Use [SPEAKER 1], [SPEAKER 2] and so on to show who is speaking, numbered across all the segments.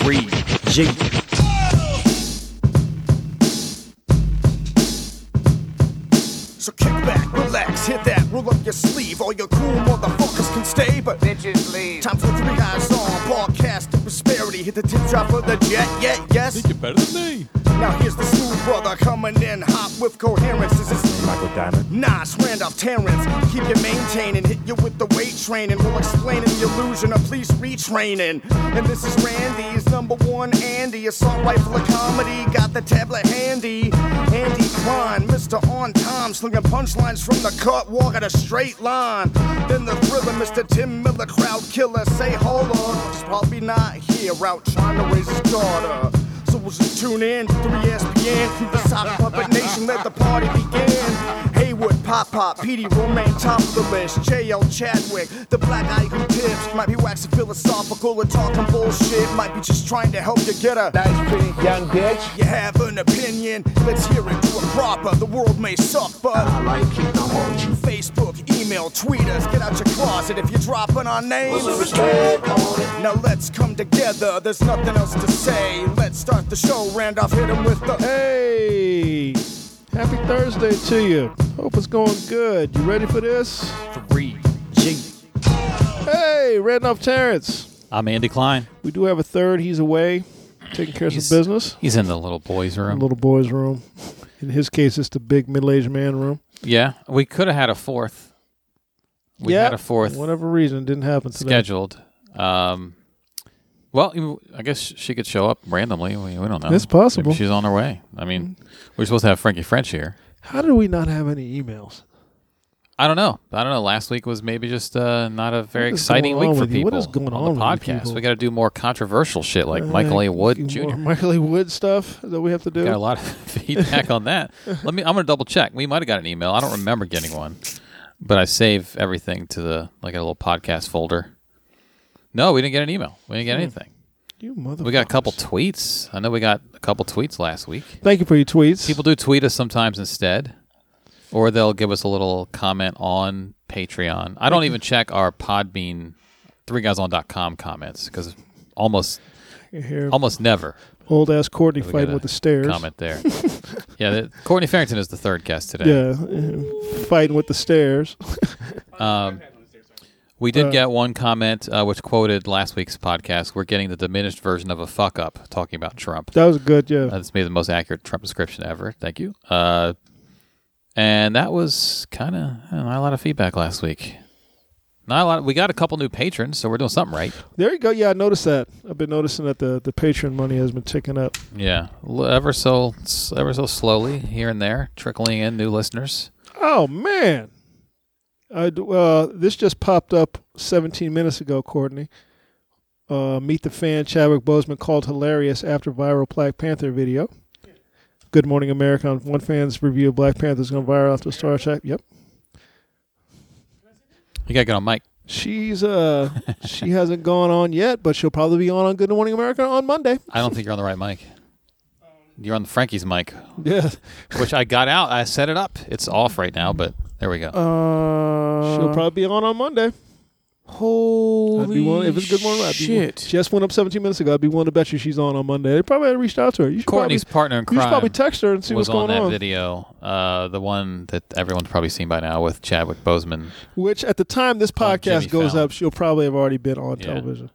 [SPEAKER 1] Free G.
[SPEAKER 2] So kick back, relax, hit that, roll up your sleeve. All your cool motherfuckers can stay, but
[SPEAKER 3] Bitches leave.
[SPEAKER 2] time for three eyes on. Broadcast the prosperity, hit the tip drop of the jet, yeah, yes.
[SPEAKER 4] Think you're better than me?
[SPEAKER 2] Now here's the smooth brother coming in hot with coherence. Is this
[SPEAKER 1] Michael Diamond.
[SPEAKER 2] Nas, Randolph, Terrence? Keep you maintaining, hit you with the weight training. We'll explain the illusion of police retraining. And this is Randy's number one Andy, assault rifle of comedy. Got the tablet handy. Andy Klein, Mr. On Time, slinging punchlines from the cut, walk at a straight line. Then the thriller, Mr. Tim Miller, crowd killer. Say hold on, he's probably not here, out trying to raise his daughter. So we'll just tune in to 3SPN through the sock puppet nation. Let the party begin. Haywood, Pop Pop, Petey, Romaine, top of the list. JL Chadwick, the black eye who tips. Might be waxing philosophical or talking bullshit. Might be just trying to help you get a.
[SPEAKER 3] Nice pretty young bitch.
[SPEAKER 2] You have an opinion, let's hear it do it proper. The world may suck, but
[SPEAKER 3] I like it, don't hold you.
[SPEAKER 2] Facebook, email, tweet us, get out your closet if you're dropping our names.
[SPEAKER 3] Put respect on it.
[SPEAKER 2] Now let's come together, there's nothing else to say. Let's start the show, Randolph, hit him with the
[SPEAKER 5] Hey, happy Thursday to you. Hope it's going good. You ready for this?
[SPEAKER 1] Free G.
[SPEAKER 5] Hey, Randolph Terrence.
[SPEAKER 6] I'm Andy Klein.
[SPEAKER 5] We do have a third. He's away, taking care of
[SPEAKER 6] He's-
[SPEAKER 5] some business.
[SPEAKER 6] He's in the little boys' room.
[SPEAKER 5] Little boy's room. In his case, it's the big middle-aged man room.
[SPEAKER 6] yeah, we could have had a fourth. We
[SPEAKER 5] Yeah,
[SPEAKER 6] had a fourth
[SPEAKER 5] Whatever reason, it didn't happen today.
[SPEAKER 6] scheduled. Um, well, you- I guess she could show up randomly. We, we don't know.
[SPEAKER 5] It's possible.
[SPEAKER 6] Maybe
[SPEAKER 5] Mm-hmm.
[SPEAKER 6] she's on her way. I mean, we're supposed to have Frankie French here.
[SPEAKER 5] How did we not have any emails?
[SPEAKER 6] I don't know. I don't know. Last week was maybe just uh, not a very
[SPEAKER 5] What is
[SPEAKER 6] exciting
[SPEAKER 5] going
[SPEAKER 6] week
[SPEAKER 5] on
[SPEAKER 6] for
[SPEAKER 5] with you?
[SPEAKER 6] people
[SPEAKER 5] What is going
[SPEAKER 6] on the
[SPEAKER 5] on with you
[SPEAKER 6] podcast.
[SPEAKER 5] people?
[SPEAKER 6] We got to do more controversial shit like Michael A.
[SPEAKER 5] Uh,
[SPEAKER 6] Wood
[SPEAKER 5] more
[SPEAKER 6] Jr.
[SPEAKER 5] Michael A. Wood stuff that we have to do.
[SPEAKER 6] Got a lot of feedback on that. Let me. I'm gonna double check. We might have got an email. I don't remember getting one, but I save everything to the like a little podcast folder. No, we didn't get an email. We didn't get anything.
[SPEAKER 5] you mother.
[SPEAKER 6] We got a couple tweets. I know we got a couple tweets last week.
[SPEAKER 5] Thank you for your tweets.
[SPEAKER 6] People do tweet us sometimes instead, or they'll give us a little comment on Patreon. I don't even check our Podbean, three guys on.com comments because almost
[SPEAKER 5] Here,
[SPEAKER 6] almost never
[SPEAKER 5] old ass Courtney
[SPEAKER 6] we
[SPEAKER 5] fighting
[SPEAKER 6] got
[SPEAKER 5] with
[SPEAKER 6] a
[SPEAKER 5] the stairs.
[SPEAKER 6] comment there. yeah, that, Courtney Farrington is the third guest today.
[SPEAKER 5] Yeah, fighting with the stairs.
[SPEAKER 6] We
[SPEAKER 5] uh,
[SPEAKER 6] did get one comment uh, which quoted last week's podcast. We're getting the diminished version of a fuck up talking about Trump. Uh,
[SPEAKER 5] That was good. Yeah.
[SPEAKER 6] That's maybe the most accurate Trump description ever. Thank you. Uh, and that was kind of not a lot of feedback last week. Not a lot. We got a couple new patrons, so we're doing something right.
[SPEAKER 5] There you go. Yeah, I noticed that. I've been noticing that the the Patreon money has been ticking up.
[SPEAKER 6] Yeah, L- ever so ever so slowly here and there, trickling in new listeners.
[SPEAKER 5] Oh man, I d- uh, this just popped up 17 minutes ago, Courtney. Uh, Meet the fan Chadwick Boseman called hilarious after viral Black Panther video. Good Morning America on one fan's review of Black Panther is going viral after Star Trek. Yep,
[SPEAKER 6] You got to get on mic.
[SPEAKER 5] she's uh she hasn't gone on yet, but she'll probably be on on Good Morning America on Monday.
[SPEAKER 6] I don't think you're on the right mic. You're on Frankie's mic,
[SPEAKER 5] Yeah,
[SPEAKER 6] which I got out. I set it up. It's off right now, but there
[SPEAKER 5] Uh,
[SPEAKER 6] we go.
[SPEAKER 5] she'll probably be on on Monday.
[SPEAKER 6] Holy
[SPEAKER 5] I'd be willing, if it's good morning, I'd be willing- She just went up 17 minutes ago. I'd be willing to bet you she's on on Monday. They probably had reached out to her. You should
[SPEAKER 6] Courtney's
[SPEAKER 5] probably,
[SPEAKER 6] partner in
[SPEAKER 5] you
[SPEAKER 6] crime
[SPEAKER 5] should probably text her and see
[SPEAKER 6] was
[SPEAKER 5] what's
[SPEAKER 6] on
[SPEAKER 5] going
[SPEAKER 6] that
[SPEAKER 5] on.
[SPEAKER 6] video, uh, the one that everyone's probably seen by now with Chadwick Boseman.
[SPEAKER 5] Which at the time this
[SPEAKER 6] On Jimmy
[SPEAKER 5] podcast goes
[SPEAKER 6] Fallon.
[SPEAKER 5] up, she'll probably have already been on
[SPEAKER 6] Yeah.
[SPEAKER 5] television.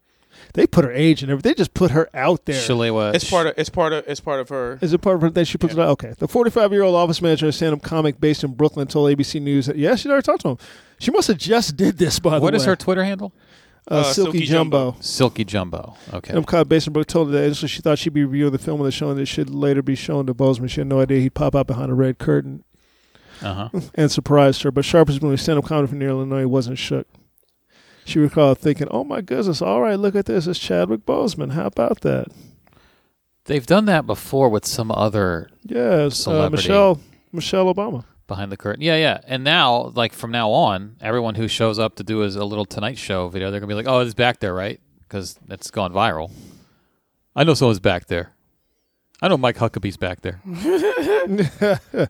[SPEAKER 5] They put her age and everything. They just put her out there.
[SPEAKER 6] Shalewa.
[SPEAKER 7] It's part of it's part of it's part of her.
[SPEAKER 5] Is it part of her thing? She puts it out. Okay. The 45 year old office manager of stand up comic based in Brooklyn told ABC News that, yeah, she'd already talked to him. She must have just did this, by the way.
[SPEAKER 6] What is her Twitter handle?
[SPEAKER 5] uh,
[SPEAKER 7] Uh,
[SPEAKER 5] Silky,
[SPEAKER 7] Silky
[SPEAKER 5] Jumbo.
[SPEAKER 7] Jumbo.
[SPEAKER 6] Silky Jumbo. Okay.
[SPEAKER 5] I'm caught based on Brooke told her that initially she thought she'd be reviewing the film of the show and it should later be shown to Bozeman. She had no idea he'd pop out behind a red curtain
[SPEAKER 6] Uh huh.
[SPEAKER 5] and surprised her, but Sharp has been doing stand up comedy from near Illinois wasn't shook. She recalled thinking, Oh my goodness, all right, look at this. It's Chadwick Bozeman. How about that?
[SPEAKER 6] They've done that before with some other
[SPEAKER 5] Yes, uh,
[SPEAKER 6] Celebrity.
[SPEAKER 5] Michelle Michelle Obama.
[SPEAKER 6] behind the curtain. Yeah, yeah. And now, like from now on, everyone who shows up to do is a little Tonight Show video, they're gonna be like, "Oh, it's back there, right?" Because that's gone viral. I know someone's back there. I know Mike Huckabee's back there.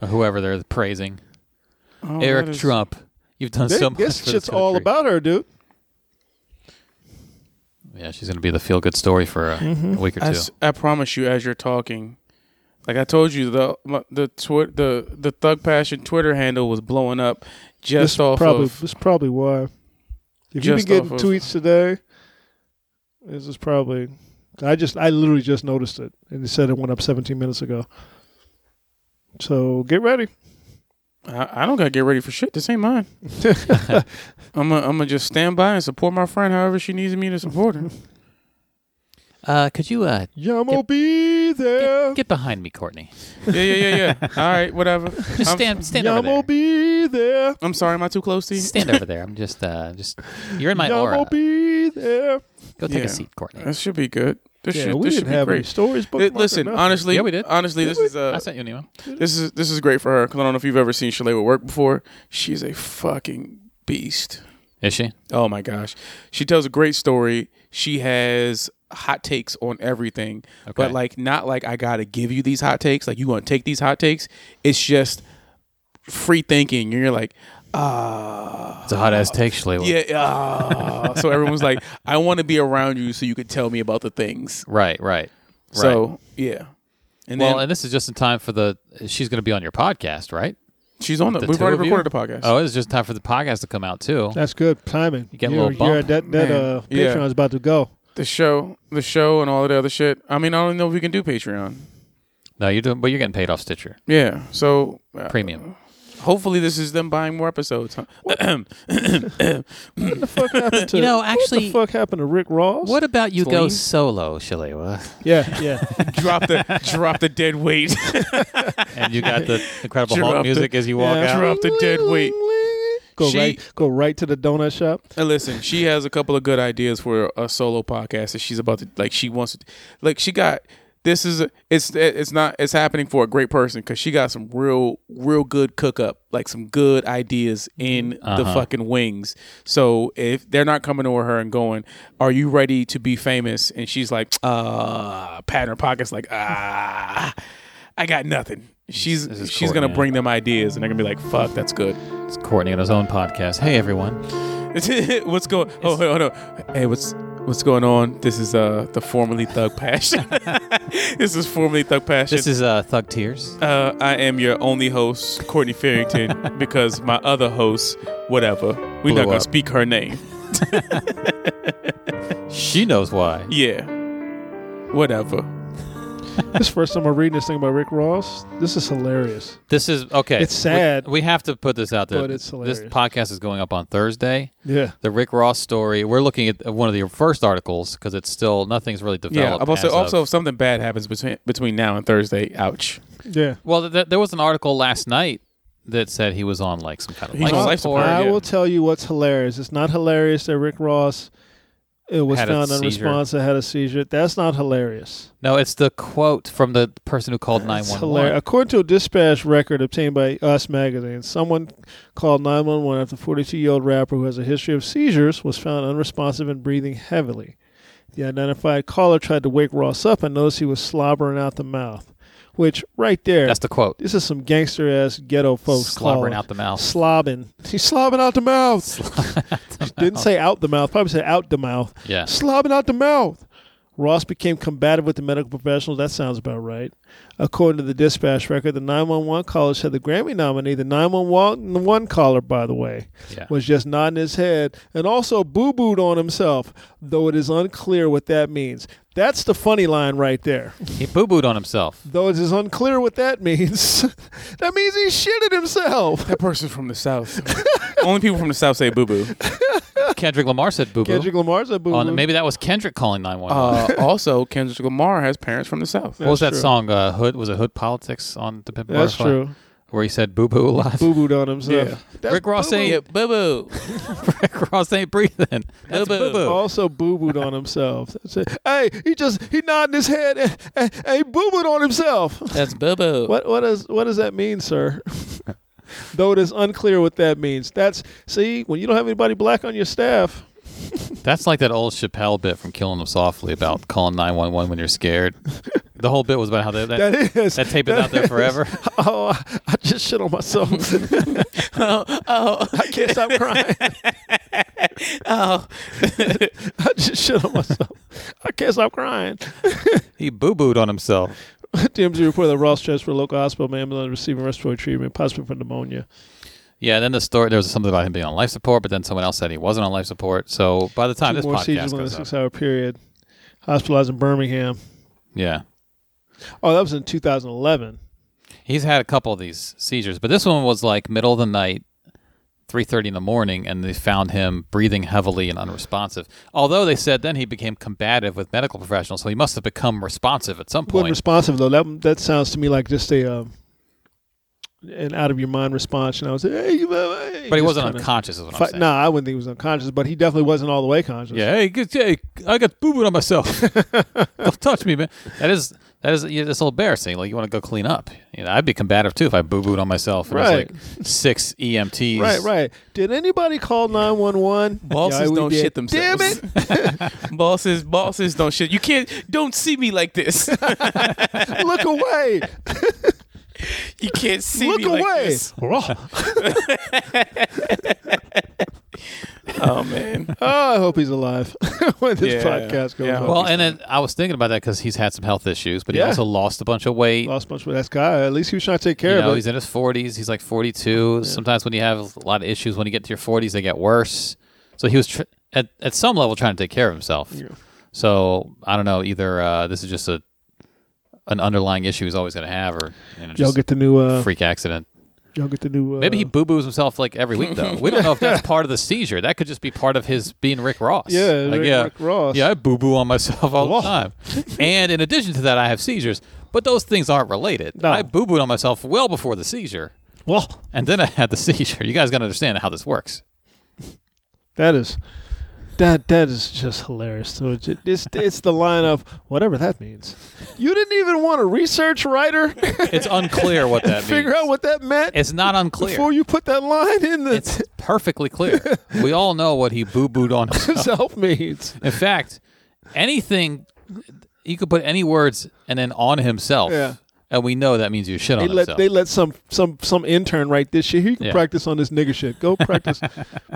[SPEAKER 6] Or whoever they're praising.
[SPEAKER 7] Oh,
[SPEAKER 6] Eric Trump, you've done
[SPEAKER 5] They,
[SPEAKER 6] so much.
[SPEAKER 5] this
[SPEAKER 6] for this
[SPEAKER 5] shit's all
[SPEAKER 6] country.
[SPEAKER 5] about her, dude.
[SPEAKER 6] Yeah, she's gonna be the feel good story for a, a week or
[SPEAKER 7] I,
[SPEAKER 6] two.
[SPEAKER 7] s- I promise you, as you're talking, like I told you, the my- the twi- the the Thug Passion Twitter handle was blowing up just
[SPEAKER 5] this
[SPEAKER 7] off
[SPEAKER 5] probably
[SPEAKER 7] of.
[SPEAKER 5] this is probably why. If you've been
[SPEAKER 7] Just
[SPEAKER 5] getting
[SPEAKER 7] off of-
[SPEAKER 5] tweets today, this is probably. I just I literally just noticed it, and it said it went up 17 minutes ago. So get ready.
[SPEAKER 7] I, I don't gotta get ready for shit. This ain't mine. I'm gonna I'm gonna just stand by and support my friend however she needs me to support her.
[SPEAKER 6] Uh, could you uh,
[SPEAKER 5] Yeah, I'm gonna be there.
[SPEAKER 6] get, get behind me, Courtney?
[SPEAKER 7] Yeah, yeah, yeah, yeah. All right, whatever.
[SPEAKER 6] Just
[SPEAKER 7] I'm,
[SPEAKER 6] stand, stand
[SPEAKER 5] Yeah,
[SPEAKER 6] over
[SPEAKER 5] I'm
[SPEAKER 6] there.
[SPEAKER 5] gonna be there.
[SPEAKER 7] I'm sorry, am I too close to you?
[SPEAKER 6] stand over there. I'm just, uh, just you're in my
[SPEAKER 5] Yeah, I'm
[SPEAKER 6] aura.
[SPEAKER 5] gonna be there.
[SPEAKER 6] Go take
[SPEAKER 7] Yeah.
[SPEAKER 6] a seat, Courtney.
[SPEAKER 7] This should be good. This
[SPEAKER 5] Yeah,
[SPEAKER 7] should,
[SPEAKER 5] we
[SPEAKER 7] this
[SPEAKER 5] didn't
[SPEAKER 7] should be
[SPEAKER 5] have any
[SPEAKER 7] great.
[SPEAKER 5] stories.
[SPEAKER 7] Li-
[SPEAKER 5] bookmarked or
[SPEAKER 7] listen,
[SPEAKER 5] nothing.
[SPEAKER 7] honestly,
[SPEAKER 6] Yeah, we did.
[SPEAKER 7] Honestly, this is
[SPEAKER 6] I
[SPEAKER 7] uh,
[SPEAKER 6] sent you an email.
[SPEAKER 7] this is this is great for her because I don't know if you've ever seen Shalay work before. She's a fucking beast.
[SPEAKER 6] Is she?
[SPEAKER 7] Oh my gosh. She tells a great story. She has hot takes on everything. But like not like I gotta give you these hot takes. Like you wanna take these hot takes. It's just free thinking. And you're like, ah,
[SPEAKER 6] It's a hot ass take, Shalewa.
[SPEAKER 7] yeah, ah. so everyone's like, I wanna be around you so you could tell me about the things.
[SPEAKER 6] Right, right. right.
[SPEAKER 7] So yeah. And
[SPEAKER 6] well,
[SPEAKER 7] then
[SPEAKER 6] and this is just in time for the. She's going to be on your podcast, right?
[SPEAKER 7] she's on the,
[SPEAKER 6] the
[SPEAKER 7] we've
[SPEAKER 6] two
[SPEAKER 7] already
[SPEAKER 6] of you?
[SPEAKER 7] recorded the podcast.
[SPEAKER 6] Oh, it's just in time for the podcast to come out too.
[SPEAKER 5] That's good timing.
[SPEAKER 6] You get a
[SPEAKER 5] You're-
[SPEAKER 6] little
[SPEAKER 5] you're-
[SPEAKER 6] bump.
[SPEAKER 5] that that
[SPEAKER 7] Man,
[SPEAKER 5] uh,
[SPEAKER 7] yeah.
[SPEAKER 5] Patreon's about to go.
[SPEAKER 7] The show the show and all of the other shit. I mean, I don't know if we can do Patreon.
[SPEAKER 6] No, you're doing, but you're getting paid off Stitcher
[SPEAKER 7] Yeah. So uh,
[SPEAKER 6] Premium.
[SPEAKER 7] Hopefully, this is them buying more episodes. Huh?
[SPEAKER 5] What the fuck happened to?
[SPEAKER 6] You know,
[SPEAKER 5] what the
[SPEAKER 6] actually-
[SPEAKER 5] fuck happened to Rick Ross?
[SPEAKER 6] What about you
[SPEAKER 7] go
[SPEAKER 6] go solo, Shalewa?
[SPEAKER 5] Yeah, yeah.
[SPEAKER 7] drop the drop the dead weight.
[SPEAKER 6] and you got the incredible
[SPEAKER 7] Drop
[SPEAKER 6] Hulk
[SPEAKER 7] the-
[SPEAKER 6] music as you walk
[SPEAKER 5] Yeah.
[SPEAKER 6] out.
[SPEAKER 7] drop the dead weight.
[SPEAKER 5] Go
[SPEAKER 7] She-
[SPEAKER 5] right, go right to the donut shop.
[SPEAKER 7] Now, listen, she has a couple of good ideas for a solo podcast that she's about to like. She wants to like she got this is a, it's it's not it's happening for a great person because she got some real real good cook up like some good ideas in the
[SPEAKER 6] Uh-huh.
[SPEAKER 7] fucking wings. So if they're not coming over her and going, "Are you ready to be famous?" and she's like, "Uh," pat in her pockets like, "Ah." I got nothing. She's
[SPEAKER 6] This is
[SPEAKER 7] she's gonna
[SPEAKER 6] Courtney.
[SPEAKER 7] bring them ideas, and they're gonna be like, "Fuck, that's good."
[SPEAKER 6] It's Courtney on his own podcast. Hey, everyone.
[SPEAKER 7] what's going? Oh, hold on. Hey, what's what's going on? This is uh the formerly Thug Passion. this is formerly Thug Passion.
[SPEAKER 6] This is uh, Thug Tears.
[SPEAKER 7] Uh, I am your only host, Courtney Farrington, because my other host, whatever, we're
[SPEAKER 6] Blew
[SPEAKER 7] not gonna
[SPEAKER 6] up.
[SPEAKER 7] speak her name.
[SPEAKER 6] She knows why.
[SPEAKER 7] Yeah, whatever.
[SPEAKER 5] This is the first time I'm reading this thing about Rick Ross. This is hilarious.
[SPEAKER 6] This is okay.
[SPEAKER 5] It's sad.
[SPEAKER 6] We, we have to put this out there.
[SPEAKER 5] But it's hilarious.
[SPEAKER 6] This podcast is going up on Thursday.
[SPEAKER 5] Yeah.
[SPEAKER 6] The Rick Ross story. We're looking at one of the first articles because it's still nothing's really developed.
[SPEAKER 7] Yeah, I'm also
[SPEAKER 6] as
[SPEAKER 7] also
[SPEAKER 6] of-
[SPEAKER 7] if something bad happens between between now and Thursday, ouch.
[SPEAKER 5] Yeah.
[SPEAKER 6] Well, th- there was an article last night that said he was on like some kind of
[SPEAKER 7] He's
[SPEAKER 6] life
[SPEAKER 7] on life
[SPEAKER 6] support.
[SPEAKER 7] support.
[SPEAKER 5] I
[SPEAKER 7] yeah.
[SPEAKER 5] will tell you what's hilarious. It's not hilarious that Rick Ross it was
[SPEAKER 6] Had a
[SPEAKER 5] found
[SPEAKER 6] seizure.
[SPEAKER 5] unresponsive, had a seizure. That's not hilarious.
[SPEAKER 6] No, it's the quote from the person who called nine
[SPEAKER 5] It's
[SPEAKER 6] one
[SPEAKER 5] hilarious.
[SPEAKER 6] one.
[SPEAKER 5] According to a dispatch record obtained by Us Magazine, someone called 911 after a 42 year old rapper who has a history of seizures was found unresponsive and breathing heavily. The identified caller tried to wake Ross up and noticed he was slobbering out the mouth, which right there,
[SPEAKER 6] That's the quote.
[SPEAKER 5] this is some gangster ass ghetto folks
[SPEAKER 6] Slobbering
[SPEAKER 5] call it.
[SPEAKER 6] out the mouth.
[SPEAKER 5] Slobbing. He's slobbing out the mouth. Didn't say out the mouth. Probably said out the mouth.
[SPEAKER 6] Yeah.
[SPEAKER 5] Slobbing out the mouth. Ross became combative with the medical professionals. That sounds about right. According to the dispatch record, the 911 caller said the Grammy nominee, the 911 caller, by the way,
[SPEAKER 6] Yeah.
[SPEAKER 5] was just nodding his head and also boo booed on himself, though it is unclear what that means. That's the funny line right there.
[SPEAKER 6] He boo booed on himself.
[SPEAKER 5] Though it is unclear what that means. that means he shitted himself.
[SPEAKER 7] That person's from the south. Only people from the south say boo boo.
[SPEAKER 6] Kendrick Lamar said boo boo.
[SPEAKER 5] Kendrick Lamar's a boo boo.
[SPEAKER 6] On maybe that was Kendrick calling nine one one.
[SPEAKER 7] Uh, also, Kendrick Lamar has parents from the south.
[SPEAKER 6] What was that
[SPEAKER 5] that's true.
[SPEAKER 6] song? Uh, Hood was it Hood Politics on the Pimp a
[SPEAKER 5] That's
[SPEAKER 6] Butterfly?
[SPEAKER 5] true.
[SPEAKER 6] Where he said boo boo a lot.
[SPEAKER 5] Boo booed on himself.
[SPEAKER 7] Yeah.
[SPEAKER 5] That's
[SPEAKER 6] Rick Ross
[SPEAKER 7] Yeah,
[SPEAKER 6] ain't
[SPEAKER 7] boo boo.
[SPEAKER 6] Rick Ross ain't breathing. That's
[SPEAKER 7] Boo-boo.
[SPEAKER 6] boo boo.
[SPEAKER 5] also boo booed on himself. That's it. Hey, he just he nodded his head and, and, and he boo booed on himself.
[SPEAKER 7] That's boo boo.
[SPEAKER 5] What what does what does that mean, sir? Though it is unclear what that means. That's see when you don't have anybody black on your staff.
[SPEAKER 6] That's like that old Chappelle bit from Killing Them Softly about calling nine one one when you're scared. the whole bit was about how that that,
[SPEAKER 5] That is
[SPEAKER 6] that tape is out there forever.
[SPEAKER 5] Oh, I,
[SPEAKER 6] oh.
[SPEAKER 5] I just shit on myself. oh, I can't stop crying.
[SPEAKER 7] oh,
[SPEAKER 5] I just shit on myself. I can't stop crying.
[SPEAKER 6] He boo booed on himself.
[SPEAKER 5] DMZ reported that Ross transferred to a local hospital man ambulance receiving respiratory treatment, possibly for pneumonia.
[SPEAKER 6] Yeah, then the story there was something about him being on life support, but then someone else said he wasn't on life support. So by the time
[SPEAKER 5] Two
[SPEAKER 6] Oh, this
[SPEAKER 5] more
[SPEAKER 6] podcast
[SPEAKER 5] seizures within a
[SPEAKER 6] goes up,
[SPEAKER 5] six-hour period. Hospitalized in Birmingham.
[SPEAKER 6] yeah,
[SPEAKER 5] Oh, that was in 2011.
[SPEAKER 6] he's had a couple of these seizures, but this one was like middle of the night, three thirty in the morning, and they found him breathing heavily and unresponsive. Although they said then he became combative with medical professionals, so he must have become responsive at some
[SPEAKER 5] Wasn't
[SPEAKER 6] point.
[SPEAKER 5] responsive though. That that sounds to me like just a um, an out of your mind response. And I was, hey, you- hey,"
[SPEAKER 6] but he
[SPEAKER 5] just
[SPEAKER 6] wasn't
[SPEAKER 5] kinda
[SPEAKER 6] unconscious, is what I'm
[SPEAKER 5] Fight.
[SPEAKER 6] saying.
[SPEAKER 5] Nah, I wouldn't think he was unconscious, but he definitely wasn't all the way conscious.
[SPEAKER 6] Yeah, hey, good- hey, I got boo booed on myself. Don't touch me, man. That is that is yeah, that's a little embarrassing. Like you want to go clean up. You know, I'd be combative too if I boo booed on myself. And
[SPEAKER 5] Right.
[SPEAKER 6] There's like six E EMTs.
[SPEAKER 5] Right, right. Did anybody call nine one one?
[SPEAKER 7] bosses don't shit
[SPEAKER 5] Damn
[SPEAKER 7] themselves.
[SPEAKER 5] it!
[SPEAKER 7] bosses, bosses don't shit. You can't. Don't see me like this.
[SPEAKER 5] Look away!
[SPEAKER 7] You can't see
[SPEAKER 5] Look
[SPEAKER 7] me like
[SPEAKER 5] away!
[SPEAKER 7] this. Oh man.
[SPEAKER 5] oh, I hope he's alive when this
[SPEAKER 7] Yeah,
[SPEAKER 5] podcast goes
[SPEAKER 7] yeah.
[SPEAKER 5] on.
[SPEAKER 6] Well, and it, I was thinking about that because he's had some health issues, but he
[SPEAKER 5] Yeah.
[SPEAKER 6] also lost a bunch of weight.
[SPEAKER 5] Lost much with that guy. At least he was trying to take
[SPEAKER 6] you
[SPEAKER 5] care
[SPEAKER 6] know,
[SPEAKER 5] of
[SPEAKER 6] he's
[SPEAKER 5] it.
[SPEAKER 6] in his 40s. He's like 42. Sometimes when you have a lot of issues, when you get to your 40s, they get worse. So he was tr- at at some level trying to take care of himself. So I don't know. Either uh, this is just a an underlying issue he's always going to have, or you know,
[SPEAKER 5] Y'all
[SPEAKER 6] just
[SPEAKER 5] get the new.
[SPEAKER 6] a
[SPEAKER 5] Uh,
[SPEAKER 6] freak accident.
[SPEAKER 5] y'all get the new. Uh,
[SPEAKER 6] Maybe he boo boos himself like every week though. we don't know if that's part of the seizure. That could just be part of his being Rick Ross.
[SPEAKER 5] Yeah,
[SPEAKER 6] like,
[SPEAKER 5] Rick-
[SPEAKER 6] yeah,
[SPEAKER 5] Rick Ross.
[SPEAKER 6] Yeah, I boo boo on myself all
[SPEAKER 5] Oh.
[SPEAKER 6] the time. and in addition to that, I have seizures. But those things aren't related.
[SPEAKER 5] No.
[SPEAKER 6] I boo booed on myself well before the seizure.
[SPEAKER 5] Well,
[SPEAKER 6] And then I had the seizure. You guys got to understand how this works.
[SPEAKER 5] That is that that is just hilarious. So it's it's, it's the line of whatever that means. You didn't even want to research writer
[SPEAKER 6] It's unclear what that
[SPEAKER 5] figure
[SPEAKER 6] means.
[SPEAKER 5] out what that meant
[SPEAKER 6] it's not unclear.
[SPEAKER 5] before you put that line in the
[SPEAKER 6] it's perfectly clear. we all know what he boo booed on himself.
[SPEAKER 7] Oh.
[SPEAKER 5] self means.
[SPEAKER 6] In fact, anything you could put any words and then on himself.
[SPEAKER 5] Yeah.
[SPEAKER 6] And we know that means you shit on
[SPEAKER 5] They let
[SPEAKER 6] himself.
[SPEAKER 5] they let some some some intern write this shit. Here you can
[SPEAKER 6] Yeah.
[SPEAKER 5] practice on this nigga shit. Go practice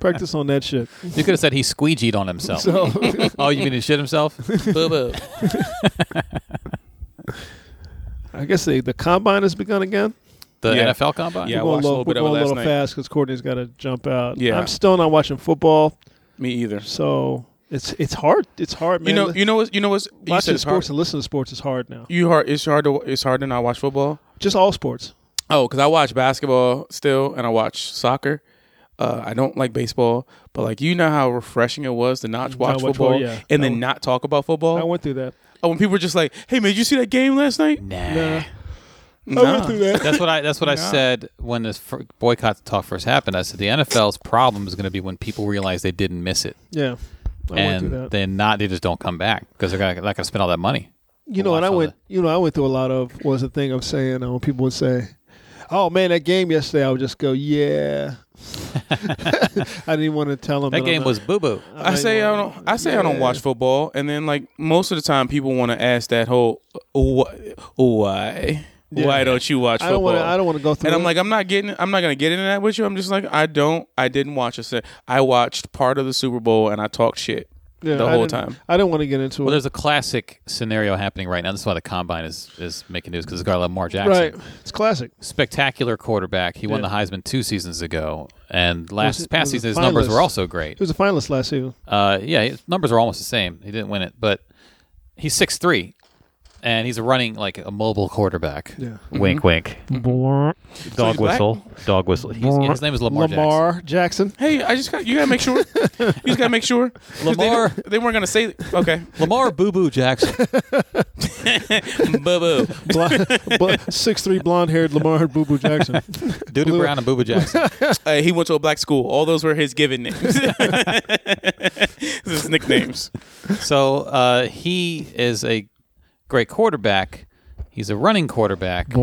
[SPEAKER 5] practice on that shit.
[SPEAKER 6] you could have said he squeegeed on himself.
[SPEAKER 5] So
[SPEAKER 6] oh, you mean he shit himself?
[SPEAKER 7] Boo boo.
[SPEAKER 5] I guess the the combine has begun again.
[SPEAKER 6] The
[SPEAKER 7] Yeah.
[SPEAKER 6] NFL combine?
[SPEAKER 7] Yeah.
[SPEAKER 5] We're
[SPEAKER 7] I
[SPEAKER 5] going
[SPEAKER 7] watched a
[SPEAKER 5] low-
[SPEAKER 7] little bit
[SPEAKER 5] we're
[SPEAKER 7] of it
[SPEAKER 5] going a
[SPEAKER 7] last
[SPEAKER 5] little
[SPEAKER 7] night.
[SPEAKER 5] fast because Courtney's got to jump out.
[SPEAKER 7] Yeah.
[SPEAKER 5] I'm still not watching football,
[SPEAKER 7] Me either.
[SPEAKER 5] so it's it's hard. It's hard, man.
[SPEAKER 7] You know. You know what's You know what's you said
[SPEAKER 5] watching
[SPEAKER 7] it's hard-
[SPEAKER 5] sports and listening to sports is hard now.
[SPEAKER 7] You hard. It's hard to. It's hard to not watch football.
[SPEAKER 5] Just all sports.
[SPEAKER 7] Oh, because I watch basketball still, and I watch soccer. Uh, I don't like baseball, but like you know how refreshing it was to not watch
[SPEAKER 5] watch
[SPEAKER 7] football
[SPEAKER 5] football, yeah.
[SPEAKER 7] and
[SPEAKER 5] I
[SPEAKER 7] then
[SPEAKER 5] went-
[SPEAKER 7] not talk about football.
[SPEAKER 5] I went through that.
[SPEAKER 7] oh, when people were just like, "Hey man, did you see that game last night?"
[SPEAKER 6] Nah.
[SPEAKER 5] I went through that.
[SPEAKER 6] That's what I. That's what I said when this fir- boycott talk first happened. I said the NFL's problem is going to be when people realize they didn't miss it,
[SPEAKER 5] Yeah. I went through
[SPEAKER 6] and
[SPEAKER 5] that.
[SPEAKER 6] then not they just don't come back because they're gonna, not going to spend all that money.
[SPEAKER 5] you know, and I
[SPEAKER 6] watch all
[SPEAKER 5] went. You know, I went through a lot of. Was the thing of saying uh, when people would say, "Oh man, that game yesterday," I would just go, "Yeah." I didn't want to tell them
[SPEAKER 6] That game was boo boo.
[SPEAKER 7] I say I don't. I say I don't watch football, and then like most of the time, people want to ask that whole why, why, why don't you watch
[SPEAKER 5] I
[SPEAKER 7] football?
[SPEAKER 5] don't want. I don't want to go through.
[SPEAKER 7] and I'm
[SPEAKER 5] it.
[SPEAKER 7] like, I'm not getting, I'm not gonna get into that with you. I'm just like, I don't, I didn't watch a set. I watched part of the Super Bowl and I talked shit
[SPEAKER 5] Yeah,
[SPEAKER 7] the
[SPEAKER 5] I
[SPEAKER 7] whole
[SPEAKER 5] didn't-
[SPEAKER 7] time.
[SPEAKER 5] I didn't want to get into
[SPEAKER 6] Well,
[SPEAKER 5] it.
[SPEAKER 6] there's a classic scenario happening right now. This is why the combine is is making news because it's got a lot of Lamar Jackson.
[SPEAKER 5] Right. It's classic.
[SPEAKER 6] Spectacular quarterback. He won the
[SPEAKER 5] Yeah.
[SPEAKER 6] Heisman two seasons ago, and last
[SPEAKER 5] Was it-
[SPEAKER 6] past
[SPEAKER 5] was it
[SPEAKER 6] season his numbers
[SPEAKER 5] finalist?
[SPEAKER 6] were also great.
[SPEAKER 5] He was a finalist last season.
[SPEAKER 6] Uh, yeah, his numbers are almost the same. He didn't win it, but he's six three, and he's running like a mobile quarterback.
[SPEAKER 5] Yeah.
[SPEAKER 6] Mm-hmm. Wink, wink. Dog
[SPEAKER 7] black?
[SPEAKER 6] whistle. Dog whistle. He's, yeah, his name is Lamar. Jackson.
[SPEAKER 5] Lamar Jackson.
[SPEAKER 7] Hey, I just got, you gotta make sure, you just gotta make sure. 'Cause they-
[SPEAKER 6] Lamar.
[SPEAKER 7] they, weren't gonna say, okay,
[SPEAKER 6] Lamar Boo Boo Jackson.
[SPEAKER 7] boo boo.
[SPEAKER 5] Six three blonde haired Lamar Boo Boo Jackson.
[SPEAKER 6] Doody Brown and Boo Boo Jackson.
[SPEAKER 7] Uh, he went to a black school. All those were his given names, his nicknames.
[SPEAKER 6] So uh, he is a great quarterback. He's a running quarterback.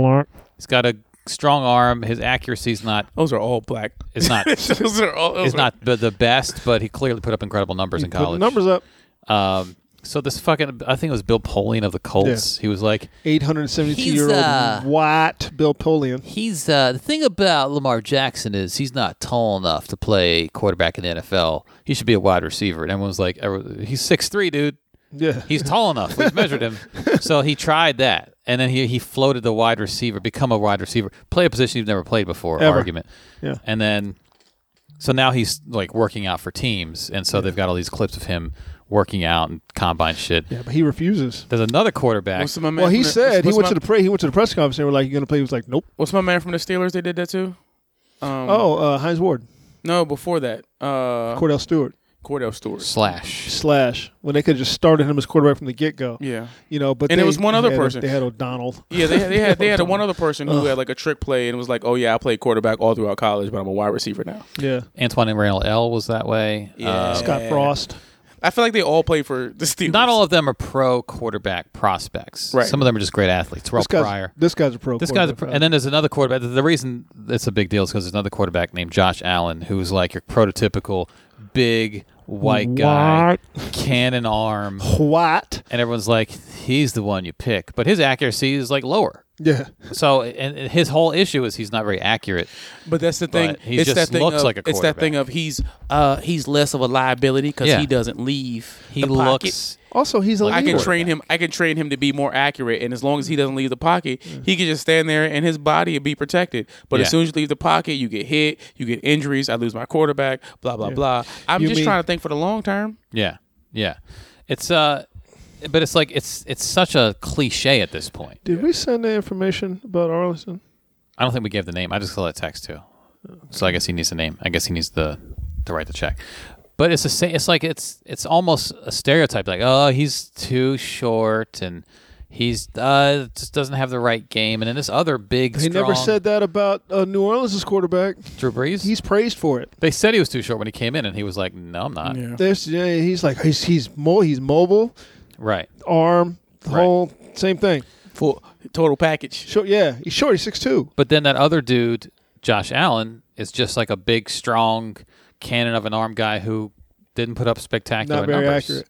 [SPEAKER 6] He's got a strong arm. His accuracy's not
[SPEAKER 7] Those are all black.
[SPEAKER 6] is not is
[SPEAKER 7] those are all. Those are-
[SPEAKER 6] not the, the best, but Oh, he clearly put up incredible numbers in
[SPEAKER 5] Put the
[SPEAKER 6] college.
[SPEAKER 5] numbers up.
[SPEAKER 6] Um, So this fucking, I think it was Bill Polian of the Colts. He was like,
[SPEAKER 5] 872 year
[SPEAKER 6] He's,
[SPEAKER 5] old
[SPEAKER 6] uh,
[SPEAKER 5] Watt Bill Polian.
[SPEAKER 6] he's uh, the thing about Lamar Jackson is he's not tall enough to play quarterback in the NFL. He should be a wide receiver. And everyone's like, everyone- he's six three, dude.
[SPEAKER 5] Yeah.
[SPEAKER 6] He's tall enough. We've measured him. So he tried that. And then he, he floated the wide receiver, become a wide receiver, play a position you've never played before,
[SPEAKER 5] Ever.
[SPEAKER 6] argument.
[SPEAKER 5] Yeah.
[SPEAKER 6] And then, so now he's like working out for teams. And so they've got all these clips of him working out and combine shit.
[SPEAKER 5] yeah, but he refuses.
[SPEAKER 6] There's another quarterback.
[SPEAKER 7] What's my man
[SPEAKER 5] Well,
[SPEAKER 7] from
[SPEAKER 5] he
[SPEAKER 7] the-
[SPEAKER 5] said he
[SPEAKER 7] what's
[SPEAKER 5] went
[SPEAKER 7] my- Mm.
[SPEAKER 5] to the pre- he went to the press conference and they were like, "You gonna play?" He was like, "Nope."
[SPEAKER 7] What's my man from the Steelers? They did that too. Um,
[SPEAKER 5] Oh, uh, Heinz Ward,
[SPEAKER 7] no, before that, uh,
[SPEAKER 5] Cordell Stewart
[SPEAKER 7] Cordell Stewart.
[SPEAKER 6] slash.
[SPEAKER 5] slash when they could have just started him as quarterback from the get go.
[SPEAKER 7] Yeah,
[SPEAKER 5] You know, but
[SPEAKER 7] And
[SPEAKER 5] they,
[SPEAKER 7] it was one other
[SPEAKER 5] they had-
[SPEAKER 7] person.
[SPEAKER 5] They had O'Donnell.
[SPEAKER 7] yeah. They had, they had they had one other person who had like a trick play and was like, "Oh yeah, I played quarterback all throughout college, but I'm a wide receiver now."
[SPEAKER 6] Uh,
[SPEAKER 5] Yeah,
[SPEAKER 6] Antoine Randall L was that way. Uh,
[SPEAKER 7] Yeah.
[SPEAKER 5] Scott Frost.
[SPEAKER 7] I feel like they all play for the Steelers.
[SPEAKER 6] Not all of them are pro quarterback prospects.
[SPEAKER 7] Right.
[SPEAKER 6] Some of them are just great athletes. Terrell
[SPEAKER 5] This guy's
[SPEAKER 6] Pryor.
[SPEAKER 5] this guy's a pro.
[SPEAKER 6] This guy's, a,
[SPEAKER 5] quarterback.
[SPEAKER 6] and then there's another quarterback. The reason it's a big deal is because there's another quarterback named Josh Allen who's like your prototypical big white guy, cannon arm,
[SPEAKER 5] Watt.
[SPEAKER 6] and everyone's like, he's the one you pick. But his accuracy is like lower.
[SPEAKER 5] Yeah,
[SPEAKER 6] So, and and his whole issue is he's not very accurate.
[SPEAKER 7] But that's the thing.
[SPEAKER 6] But he
[SPEAKER 7] it's
[SPEAKER 6] just
[SPEAKER 7] that thing
[SPEAKER 6] looks
[SPEAKER 7] of,
[SPEAKER 6] like a
[SPEAKER 7] It's that thing of he's uh he's less of a liability because
[SPEAKER 6] Yeah.
[SPEAKER 7] he doesn't leave.
[SPEAKER 6] He
[SPEAKER 7] the pocket.
[SPEAKER 6] looks.
[SPEAKER 5] Also, he's a
[SPEAKER 7] I can
[SPEAKER 5] leader.
[SPEAKER 7] train him. I can train him to be more accurate, and as long as he doesn't leave the pocket,
[SPEAKER 5] Mm.
[SPEAKER 7] he can just stand there and his body will be protected. But
[SPEAKER 6] Yeah.
[SPEAKER 7] as soon as you leave the pocket, you get hit, you get injuries. I lose my quarterback. Blah blah blah. I'm
[SPEAKER 5] You
[SPEAKER 7] just
[SPEAKER 5] mean-
[SPEAKER 7] trying to think for the long term.
[SPEAKER 6] Yeah, yeah. It's uh, but it's like it's it's such a cliche at this point.
[SPEAKER 5] Did we send the information about Arlington?
[SPEAKER 6] I don't think we gave the name. I just saw that text too. So I guess he needs the name. I guess he needs the to write the check. But it's the same. It's like it's it's almost a stereotype. Like oh, he's too short and he's uh just doesn't have the right game. And then this other big,
[SPEAKER 5] He never
[SPEAKER 6] strong
[SPEAKER 5] said that about uh, New Orleans' quarterback.
[SPEAKER 6] Drew Brees.
[SPEAKER 5] He's praised for it.
[SPEAKER 6] they said he was too short when he came in, and he was like, no, I'm not.
[SPEAKER 5] There's, yeah, he's like he's he's mo- he's mobile,
[SPEAKER 6] Right.
[SPEAKER 5] arm, the
[SPEAKER 6] Right.
[SPEAKER 5] whole same thing.
[SPEAKER 7] Full total package.
[SPEAKER 5] Short, yeah, he's short. He's six two.
[SPEAKER 6] But then that other dude, Josh Allen, is just like a big, strong cannon of an arm guy who didn't put up spectacular
[SPEAKER 5] Not very
[SPEAKER 6] numbers.
[SPEAKER 5] accurate.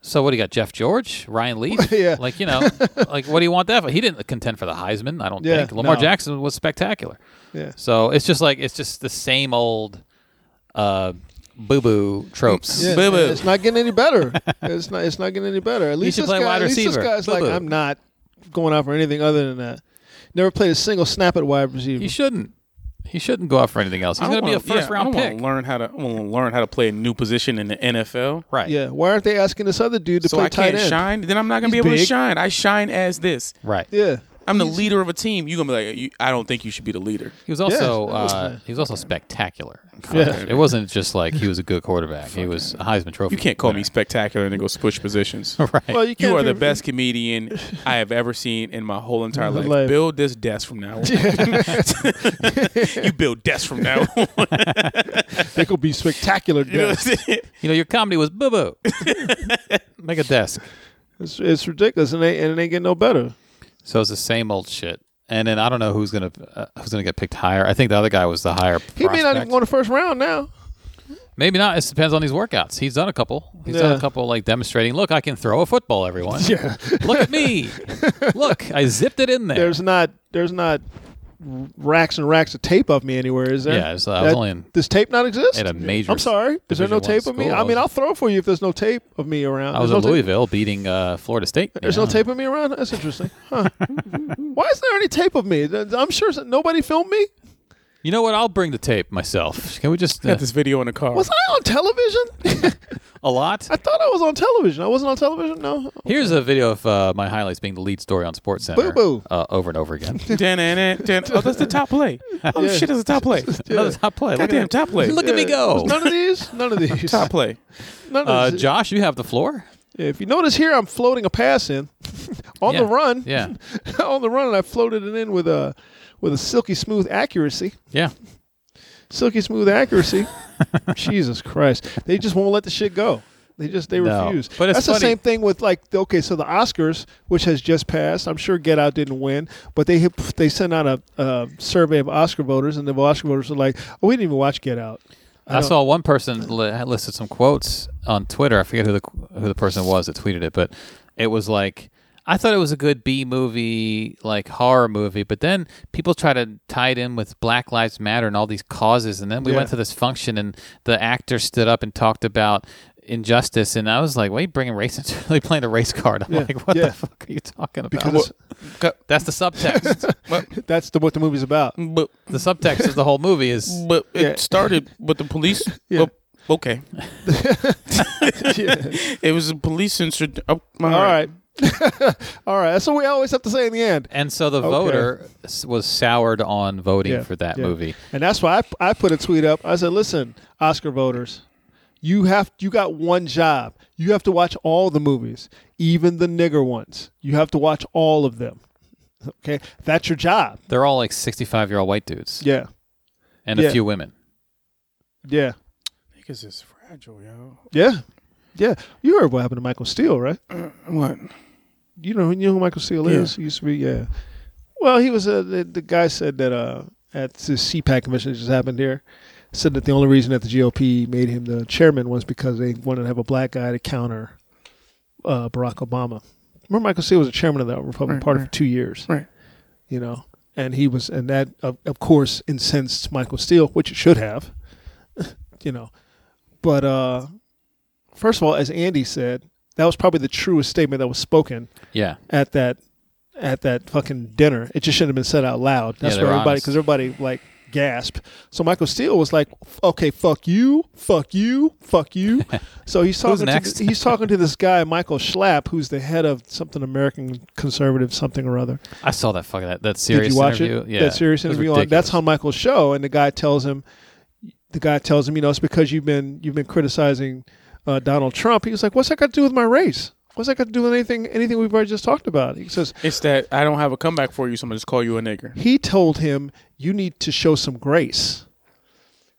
[SPEAKER 6] So what do you got? Jeff George, Ryan Leaf?
[SPEAKER 5] Yeah.
[SPEAKER 6] Like you know, like what do you want that for? He didn't contend for the Heisman. I don't
[SPEAKER 5] Yeah,
[SPEAKER 6] think Lamar
[SPEAKER 5] no.
[SPEAKER 6] Jackson was spectacular.
[SPEAKER 5] Yeah.
[SPEAKER 6] So it's just like it's just the same old uh, boo boo tropes.
[SPEAKER 5] Yeah,
[SPEAKER 7] Boo-boo.
[SPEAKER 5] It's not getting any better. it's not. It's not getting any better. At least
[SPEAKER 6] should
[SPEAKER 5] this
[SPEAKER 6] play
[SPEAKER 5] guy.
[SPEAKER 6] wide
[SPEAKER 5] at least
[SPEAKER 6] receiver.
[SPEAKER 5] this guy's like
[SPEAKER 6] Boo-boo.
[SPEAKER 5] I'm not going out for anything other than that. Never played a single snap at wide receiver.
[SPEAKER 6] He shouldn't. He shouldn't go out for anything else. He's
[SPEAKER 7] I
[SPEAKER 6] going to be a
[SPEAKER 7] wanna- yeah,
[SPEAKER 6] first round
[SPEAKER 7] I wanna
[SPEAKER 6] pick.
[SPEAKER 7] Learn how to. I want to learn how to play a new position in the NFL.
[SPEAKER 6] Right.
[SPEAKER 5] yeah. Why aren't they asking this other dude to
[SPEAKER 7] So
[SPEAKER 5] play
[SPEAKER 7] I
[SPEAKER 5] tight
[SPEAKER 7] can't
[SPEAKER 5] end?
[SPEAKER 7] shine. Then I'm not gonna be
[SPEAKER 5] He's
[SPEAKER 7] able to
[SPEAKER 5] big.
[SPEAKER 7] shine. I shine as this.
[SPEAKER 6] Right.
[SPEAKER 5] Yeah.
[SPEAKER 7] I'm the leader of a team. You're gonna be like, you, I don't think you should be the leader.
[SPEAKER 6] He was also
[SPEAKER 5] that was
[SPEAKER 6] uh,
[SPEAKER 5] fine.
[SPEAKER 6] he was also spectacular.
[SPEAKER 5] Yeah.
[SPEAKER 6] It wasn't just like he was a good quarterback. He was a Heisman Trophy.
[SPEAKER 7] You can't call me
[SPEAKER 6] winner.
[SPEAKER 7] spectacular and then go switch positions.
[SPEAKER 6] right.
[SPEAKER 5] Well, you,
[SPEAKER 7] You
[SPEAKER 5] can't
[SPEAKER 7] are the
[SPEAKER 5] be-
[SPEAKER 7] best comedian I have ever seen in my whole entire life.
[SPEAKER 5] Life.
[SPEAKER 7] Build this desk from now on. you build desk from now on.
[SPEAKER 5] They could be spectacular.
[SPEAKER 7] You know
[SPEAKER 5] guys.
[SPEAKER 7] what I'm saying?
[SPEAKER 6] you know your comedy was boo boo. Make a desk.
[SPEAKER 5] It's, it's ridiculous, and they and they get no better.
[SPEAKER 6] So it's the same old shit. And then I don't know who's gonna uh, who's gonna get picked higher. I think the other guy was the higher.
[SPEAKER 5] He may not even
[SPEAKER 6] prospect.
[SPEAKER 5] go in the first round now.
[SPEAKER 6] Maybe not. It depends on these workouts. He's done a couple. He's done
[SPEAKER 5] Yeah.
[SPEAKER 6] a couple like demonstrating. Look, I can throw a football. Everyone, yeah. Look at me. Look, I zipped it in there.
[SPEAKER 5] There's not there's not racks and racks of tape of me anywhere, is there?
[SPEAKER 6] Yeah, it's, uh, I was only in-
[SPEAKER 5] does tape not exist?
[SPEAKER 6] at a major
[SPEAKER 5] I'm sorry. Is there
[SPEAKER 6] Division
[SPEAKER 5] no
[SPEAKER 6] one
[SPEAKER 5] tape of me?
[SPEAKER 6] school.
[SPEAKER 5] I mean, I'll throw for you if there's no tape of me around.
[SPEAKER 6] I was
[SPEAKER 5] there's
[SPEAKER 6] at
[SPEAKER 5] no tape-
[SPEAKER 6] Louisville beating uh, Florida State.
[SPEAKER 5] There's no
[SPEAKER 6] Yeah.
[SPEAKER 5] tape of me around. That's interesting. Huh. Why is there any tape of me? I'm sure nobody filmed me.
[SPEAKER 6] You know what? I'll bring the tape myself. Can we just uh,
[SPEAKER 7] Got this video in the car.
[SPEAKER 5] Was I on television?
[SPEAKER 6] a lot?
[SPEAKER 5] I thought I was on television. I wasn't on television. No.
[SPEAKER 6] Here's a video of uh, my highlights being the lead story on SportsCenter.
[SPEAKER 5] Boo-boo.
[SPEAKER 6] Uh, over and over again.
[SPEAKER 7] Dun-dun-dun, dun. Oh, that's the top play. Oh shit, that's the top play.
[SPEAKER 6] Another top play. Look
[SPEAKER 7] Goddamn
[SPEAKER 6] at that.
[SPEAKER 7] top play.
[SPEAKER 6] Look at me go.
[SPEAKER 5] None of these. None of these.
[SPEAKER 7] Top play.
[SPEAKER 5] None of
[SPEAKER 6] Uh,
[SPEAKER 5] these.
[SPEAKER 6] Josh, you have the floor.
[SPEAKER 5] if you notice here, I'm floating a pass in on
[SPEAKER 6] Yeah.
[SPEAKER 5] the run.
[SPEAKER 6] Yeah.
[SPEAKER 5] on the run, and I floated it in with a with a silky smooth accuracy.
[SPEAKER 6] Yeah.
[SPEAKER 5] silky smooth accuracy. Jesus Christ, they just won't let the shit go. They just they
[SPEAKER 6] No.
[SPEAKER 5] refuse.
[SPEAKER 6] But it's
[SPEAKER 5] that's the
[SPEAKER 6] funny-
[SPEAKER 5] same thing with like the- okay, so the Oscars, which has just passed, I'm sure Get Out didn't win, but they hit, they sent out a, a survey of Oscar voters, and the Oscar voters are like, oh, we didn't even watch Get Out.
[SPEAKER 6] I, saw one person li- listed some quotes on Twitter. I forget who the who the person was that tweeted it, but it was like I thought it was a good B movie, like horror movie, but then people try to tie it in with Black Lives Matter and all these causes, and then we
[SPEAKER 5] Yeah.
[SPEAKER 6] went to this function and the actor stood up and talked about injustice, and I was like, "Why are you bringing race into?" They playing the race card. I'm
[SPEAKER 5] Yeah,
[SPEAKER 6] like, "What
[SPEAKER 5] yeah.
[SPEAKER 6] the fuck are you talking about?"
[SPEAKER 5] Because-
[SPEAKER 7] Cut.
[SPEAKER 6] That's the subtext.
[SPEAKER 5] That's the, what the movie's about.
[SPEAKER 6] Mm,
[SPEAKER 7] But
[SPEAKER 6] the subtext of the whole movie is
[SPEAKER 7] but it
[SPEAKER 5] Yeah.
[SPEAKER 7] started with the police.
[SPEAKER 5] Yeah.
[SPEAKER 7] Oh, okay, it was a police incident. Oh, all
[SPEAKER 5] All
[SPEAKER 7] right.
[SPEAKER 5] right. All right. That's what we always have to say in the end.
[SPEAKER 6] And so the
[SPEAKER 5] Okay.
[SPEAKER 6] voter s- was soured on voting
[SPEAKER 5] Yeah,
[SPEAKER 6] for that
[SPEAKER 5] yeah.
[SPEAKER 6] movie.
[SPEAKER 5] And that's why I, I put a tweet up. I said, "Listen, Oscar voters, you have you got one job. You have to watch all the movies, even the nigger ones. You have to watch all of them. Okay, that's your job.
[SPEAKER 6] They're all like 65 year old white dudes
[SPEAKER 5] Yeah,
[SPEAKER 6] and
[SPEAKER 5] yeah.
[SPEAKER 6] a few women.
[SPEAKER 5] yeah,
[SPEAKER 7] Niggas is fragile, yo.
[SPEAKER 5] yeah, yeah. You heard what happened to Michael Steele, right?
[SPEAKER 7] What?
[SPEAKER 5] You know, you know who Michael Steele is. He used to be, yeah. Well, he was uh, the, the guy said that uh, at the CPAC convention that just happened here, said that the only reason that the GOP made him the chairman was because they wanted to have a black guy to counter uh, Barack Obama. Remember, Michael Steele was the chairman of the Republican
[SPEAKER 7] Right,
[SPEAKER 5] Party for
[SPEAKER 7] right.
[SPEAKER 5] two years.
[SPEAKER 7] Right.
[SPEAKER 5] You know, and he was, and that of, of course incensed Michael Steele, which it should have. you know, but uh, first of all, as Andy said, that was probably the truest statement that was spoken
[SPEAKER 6] Yeah.
[SPEAKER 5] at that at that fucking dinner. It just shouldn't have been said out loud. That's
[SPEAKER 6] they
[SPEAKER 5] where
[SPEAKER 6] were
[SPEAKER 5] everybody
[SPEAKER 6] honest.
[SPEAKER 5] because everybody like gasped. So Michael Steele was like, "F- "Okay, fuck you, fuck you, fuck you." so he's talking.
[SPEAKER 6] next?
[SPEAKER 5] To, he's talking to this guy Michael Schlapp, who's the head of something American conservative something or other.
[SPEAKER 6] I saw that fucking that, that serious
[SPEAKER 5] Did you watch
[SPEAKER 6] interview.
[SPEAKER 5] it?
[SPEAKER 6] Yeah.
[SPEAKER 5] that serious
[SPEAKER 6] It was
[SPEAKER 5] interview on that's
[SPEAKER 6] ridiculous.
[SPEAKER 5] on Michael's show, and the guy tells him, the guy tells him, you know, it's because you've been you've been criticizing uh, Donald Trump. He was like, "What's that got to do with my race? What's that got to do with anything anything we've already just talked about?" He says,
[SPEAKER 7] It's that I don't have a comeback for you, so I'm gonna just call you a nigger.
[SPEAKER 5] he told him, "You need to show some grace."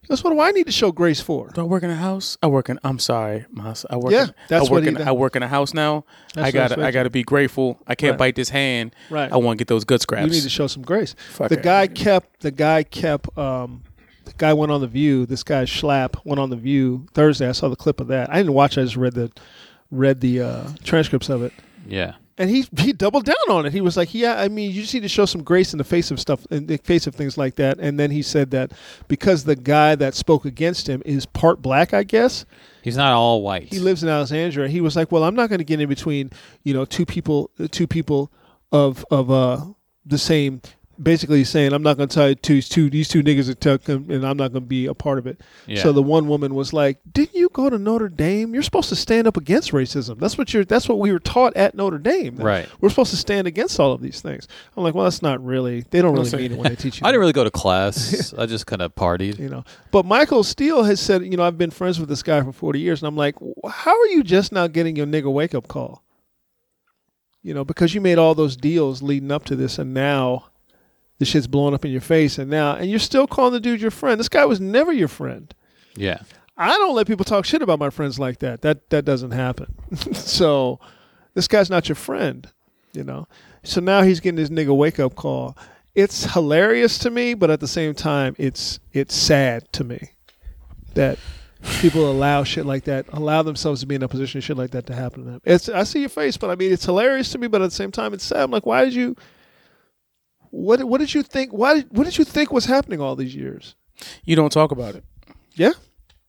[SPEAKER 5] He goes, "What do I need to show grace for?"
[SPEAKER 7] Do I work in a house? I work in. I'm sorry, my house. I work.
[SPEAKER 5] Yeah,
[SPEAKER 7] in,
[SPEAKER 5] that's
[SPEAKER 7] I
[SPEAKER 5] what
[SPEAKER 7] work
[SPEAKER 5] he
[SPEAKER 7] in,
[SPEAKER 5] done.
[SPEAKER 7] I work in a house now.
[SPEAKER 5] That's
[SPEAKER 7] I
[SPEAKER 5] what
[SPEAKER 7] got.
[SPEAKER 5] it's
[SPEAKER 7] to I
[SPEAKER 5] like.
[SPEAKER 7] got to be grateful. I can't
[SPEAKER 5] Right.
[SPEAKER 7] bite this hand.
[SPEAKER 5] Right.
[SPEAKER 7] I want to get those good scraps.
[SPEAKER 5] You need to show some grace.
[SPEAKER 7] Fuck
[SPEAKER 5] the
[SPEAKER 7] it.
[SPEAKER 5] guy kept. The guy kept. Um, the guy went on the View. This guy Schlapp went on the View Thursday. I saw the clip of that. I didn't watch. it. I just read the read the uh, transcripts of it.
[SPEAKER 6] Yeah.
[SPEAKER 5] and he he doubled down on it. He was like, "Yeah, I mean, you just need to show some grace in the face of stuff, in the face of things like that." And then he said that because the guy that spoke against him is part black, I guess
[SPEAKER 6] He's not all white.
[SPEAKER 5] he lives in Alexandria. He was like, "Well, I'm not going to get in between, you know, two people, two people of of uh the same." Basically saying, "I'm not going to tell you two, two these two niggas are talking, and I'm not going to be a part of it."
[SPEAKER 6] Yeah.
[SPEAKER 5] So the one woman was like, "Didn't you go to Notre Dame? You're supposed to stand up against racism. That's what you're. That's what we were taught at Notre Dame.
[SPEAKER 6] Right.
[SPEAKER 5] We're supposed to stand against all of these things." I'm like, "Well, that's not really. They don't really
[SPEAKER 7] Listen,
[SPEAKER 5] mean it when they teach you."
[SPEAKER 6] I
[SPEAKER 5] that
[SPEAKER 6] didn't really go to class. I just kind of partied.
[SPEAKER 5] you know. But Michael Steele has said, you know, I've been friends with this guy for 40 years, and I'm like, "Wh- how are you just now getting your nigga wake up call? You know, because you made all those deals leading up to this, and now this shit's blowing up in your face, and now, and you're still calling the dude your friend. This guy was never your friend.
[SPEAKER 6] Yeah.
[SPEAKER 5] I don't let people talk shit about my friends like that. That that doesn't happen. so this guy's not your friend, you know. So now he's getting his nigga wake up call. It's hilarious to me, but at the same time, it's it's sad to me that people allow shit like that, allow themselves to be in a position of shit like that to happen to them. It's I see your face, but I mean it's hilarious to me, but at the same time, it's sad. I'm like, why did you? What what did you think? Why did, what did you think was happening all these years?
[SPEAKER 7] You don't talk about it.
[SPEAKER 5] Yeah,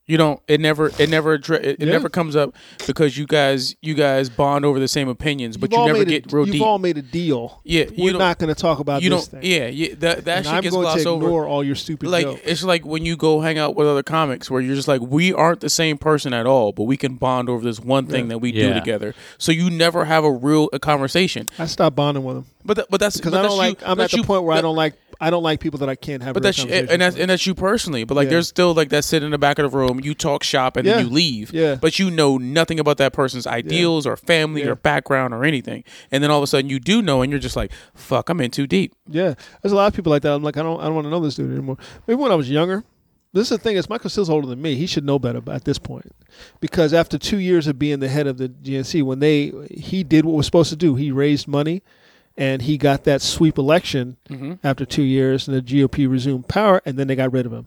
[SPEAKER 7] You don't. It never. It never. addre- It, it
[SPEAKER 5] Yeah.
[SPEAKER 7] never comes up because you guys. You guys bond over the same opinions, but
[SPEAKER 5] You've
[SPEAKER 7] you
[SPEAKER 5] all
[SPEAKER 7] never
[SPEAKER 5] made a-
[SPEAKER 7] get real
[SPEAKER 5] you've
[SPEAKER 7] deep.
[SPEAKER 5] all made a deal.
[SPEAKER 7] Yeah, you
[SPEAKER 5] we're
[SPEAKER 7] don't-
[SPEAKER 5] not going to talk about
[SPEAKER 7] you
[SPEAKER 5] this
[SPEAKER 7] don't.
[SPEAKER 5] thing.
[SPEAKER 7] Yeah, yeah. That, that
[SPEAKER 5] and
[SPEAKER 7] shit
[SPEAKER 5] I'm
[SPEAKER 7] gets
[SPEAKER 5] going to
[SPEAKER 7] glossed
[SPEAKER 5] ignore
[SPEAKER 7] over.
[SPEAKER 5] all your stupid
[SPEAKER 7] like
[SPEAKER 5] jokes.
[SPEAKER 7] it's like when you go hang out with other comics where you're just like we aren't the same person at all but we can bond over this one thing that we do
[SPEAKER 6] Yeah.
[SPEAKER 7] together so you never have a real a conversation
[SPEAKER 5] I stopped bonding with them
[SPEAKER 7] but that, but that's
[SPEAKER 5] because
[SPEAKER 7] but
[SPEAKER 5] I
[SPEAKER 7] that's
[SPEAKER 5] don't like.
[SPEAKER 7] you,
[SPEAKER 5] I'm at
[SPEAKER 7] that's
[SPEAKER 5] the
[SPEAKER 7] you-
[SPEAKER 5] point where I
[SPEAKER 7] that-
[SPEAKER 5] don't like. I don't like people that I can't have.
[SPEAKER 7] but
[SPEAKER 5] real
[SPEAKER 7] that's
[SPEAKER 5] conversations
[SPEAKER 7] and that's
[SPEAKER 5] with.
[SPEAKER 7] and that's you personally but like
[SPEAKER 5] Yeah.
[SPEAKER 7] there's still like that sit in the back of the room you talk shop and
[SPEAKER 5] Yeah.
[SPEAKER 7] then you leave
[SPEAKER 5] Yeah.
[SPEAKER 7] but you know nothing about that person's ideals or family
[SPEAKER 5] Yeah.
[SPEAKER 7] or background or anything and then all of a sudden you do know and you're just like fuck I'm in too deep
[SPEAKER 5] yeah, there's a lot of people like that. I'm like, I don't. I don't want to know this dude anymore. Maybe when I was younger. This is the thing is Michael Steele's older than me. He should know better at this point, because after two years of being the head of the GNC, when they he did what was supposed to do, he raised money, and he got that sweep election after two years, and the GOP resumed power, and then they got rid of him.